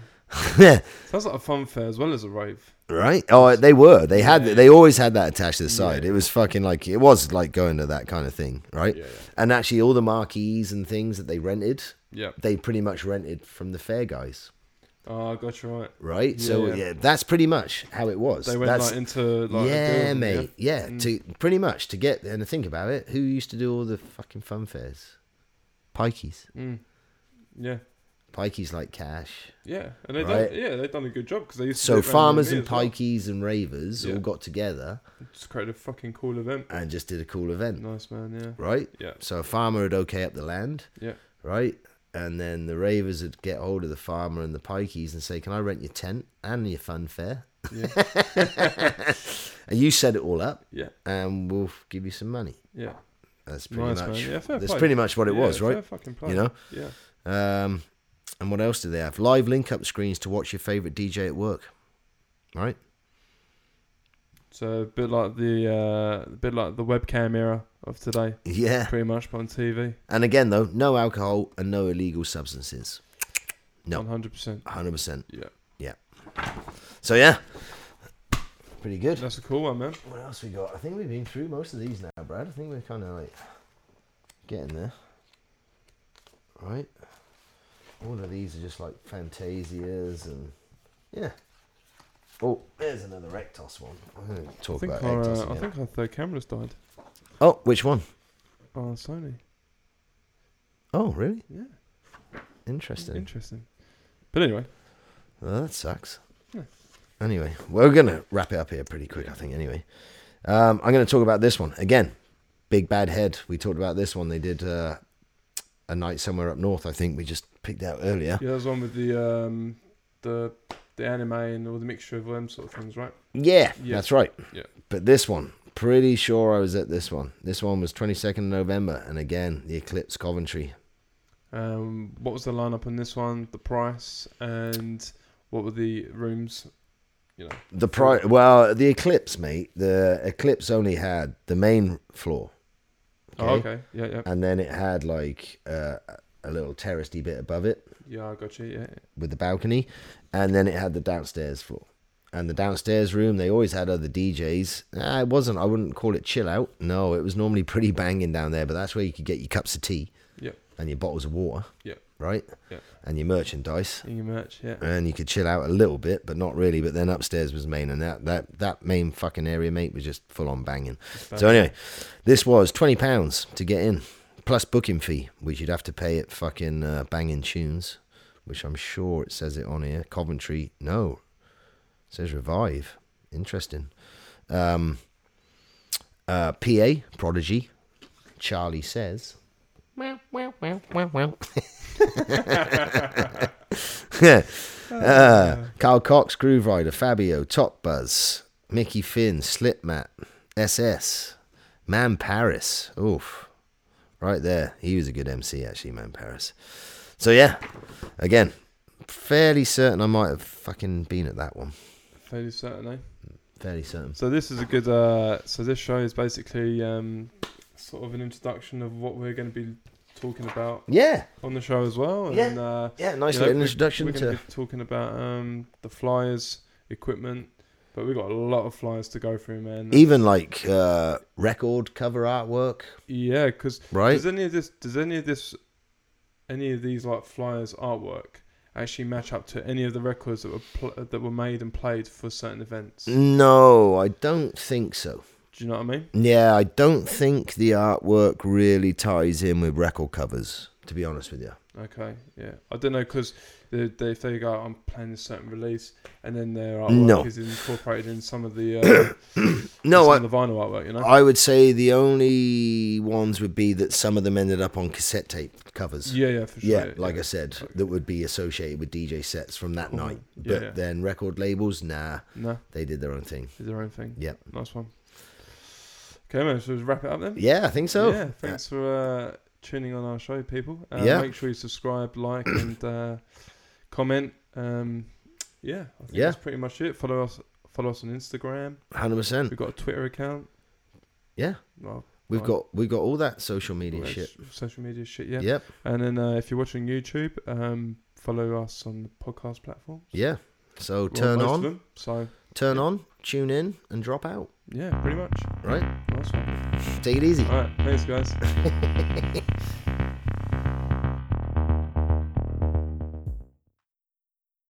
Sounds like a fun fair as well as a rave. right? Oh, they were. They had Yeah. they always had that attached to the side. Yeah. It was fucking like it was like going to that kind of thing, right? Yeah, yeah. And actually all the marquees and things that they rented, Yep. they pretty much rented from the fair guys, Oh, I got you right. right? so Yeah. yeah. that's pretty much how it was. They went that's, like into like a Mm. yeah, building, mate. Yeah, to pretty much to get and to think about it, who used to do all the fucking fun fairs? Pikeys. Mm. Yeah. yeah. Pikeys like cash. Yeah, and they Right. done, yeah they've done a good job because they used to do So it around farmers me and as well. pikeys and ravers Yeah. all got together just created a fucking cool event. and just did a cool event, Nice man, yeah, right? yeah, So a farmer would okay up the land, yeah. right? And then the ravers would get hold of the farmer and the pikeys and say, "Can I rent your tent and your fun fair?" Yeah. And you set it all up, Yeah, and we'll give you some money. yeah. That's pretty Nice, much man. Yeah, fair that's play. pretty much what it Yeah, was, fair right? Fucking play. You know? Yeah. Um, and what else do they have? Live link up screens to watch your favorite DJ at work, right? So a bit like the uh, a bit like the webcam era of today, Yeah. pretty much, but on TV. And again, though, no alcohol and no illegal substances. No. One hundred percent. 100%. Yeah. So, yeah. Pretty good. That's a cool one, man. What else we got? I think we've been through most of these now, Brad. I think we're kind of like getting there. Right? All of these are just like fantasias and. Yeah. Oh, there's another Rectos one. I'm going to I talk think about our Rectos uh, I again. think our third camera's died. Oh, which one? Oh, Sony. Oh, really? Yeah. Interesting. Interesting. But anyway, Well, that sucks. Yeah. Anyway, we're going to wrap it up here pretty quick, I think, anyway. Um, I'm going to talk about this one. Again, Big Bad Head. We talked about this one. They did uh, a night somewhere up north, I think we just picked out earlier. yeah, that was one with the um the the anime and all the mixture of them sort of things, right? Yeah, Yeah. that's right. Yeah. But this one, pretty sure I was at this one. This one was 22nd of November, and again, the Eclipse Coventry. Um, what was the lineup on this one? The price and what were the rooms? You know, The pri- well, the Eclipse, mate. The Eclipse only had the main floor. Oh, okay. Yeah, yeah, And then it had like uh, a little terracey bit above it. yeah. I got you. Yeah, with the balcony, and then it had the downstairs floor. And the downstairs room, they always had other DJs. Ah, it wasn't, I wouldn't call it chill out. No, it was normally pretty banging down there, but that's where you could get your cups of tea yeah, and your bottles of water, yeah, right? yeah. And your merchandise. In your merch, yeah. And you could chill out a little bit, but not really. But then upstairs was main, and that, that, that main fucking area, mate, was just full on banging. So, anyway, this was £20 to get in, plus booking fee, which you'd have to pay at fucking uh, Banging Tunes, which I'm sure it says it on here. Coventry, no. It says Revive. Interesting. Um, uh, PA, Prodigy, Charlie says. uh, Carl Cox, Groove Rider, Fabio, Top Buzz, Mickey Finn, Slipmat, SS, Man Paris. Oof. Right there. He was a good MC, actually, Man Paris. So, yeah, again, fairly certain I might have fucking been at that one. Fairly Saturday. Fairly certain. So this is a good. Uh, so this show is basically um, sort of an introduction of what we're going to be talking about Yeah. on the show as well. And, Yeah. Uh, Yeah, nice you know, little we- introduction We're to. going to be talking about um, the flyers, equipment, but we've got a lot of flyers to go through, man. Even like uh, record cover artwork, Yeah, because right? Does any of this? Does any of this? Any of these like flyers artwork actually match up to any of the records that were pl- that were made and played for certain events. Mm. No, I don't think so. Do you know what I mean? Yeah, I don't think the artwork really ties in with record covers, to be honest with you. Okay, yeah. I don't know because they, they, if they go, I'm playing a certain release, and then their artwork No. is incorporated in some of the uh, No, some I, of the vinyl artwork. You know, I would say the only ones would be that some of them ended up on cassette tape covers. yeah, yeah, for sure. Yeah, like I said, Okay. that would be associated with DJ sets from that Cool. night. Yeah, But yeah. then record labels, nah, no, they did their own thing. did their own thing. Yeah. nice one. Okay, man. So let's wrap it up then. Yeah, I think so. yeah, thanks for uh, tuning on our show, people. Uh, Yeah. Make sure you subscribe, like, and uh, comment. Um, yeah, I think Yeah. that's pretty much it. Follow us. Follow us on Instagram. Hundred percent. We've got a Twitter account. Yeah, Well, we've Right. got we've got all that social media all that shit. s- Social media shit. Yeah. Yep. And then uh, if you're watching YouTube, um, follow us on the podcast platform. Yeah. So We're turn most of on, them, so turn on, tune in, and drop out. yeah, pretty much. Right. Nice one. Take it easy. All right. Thanks, guys.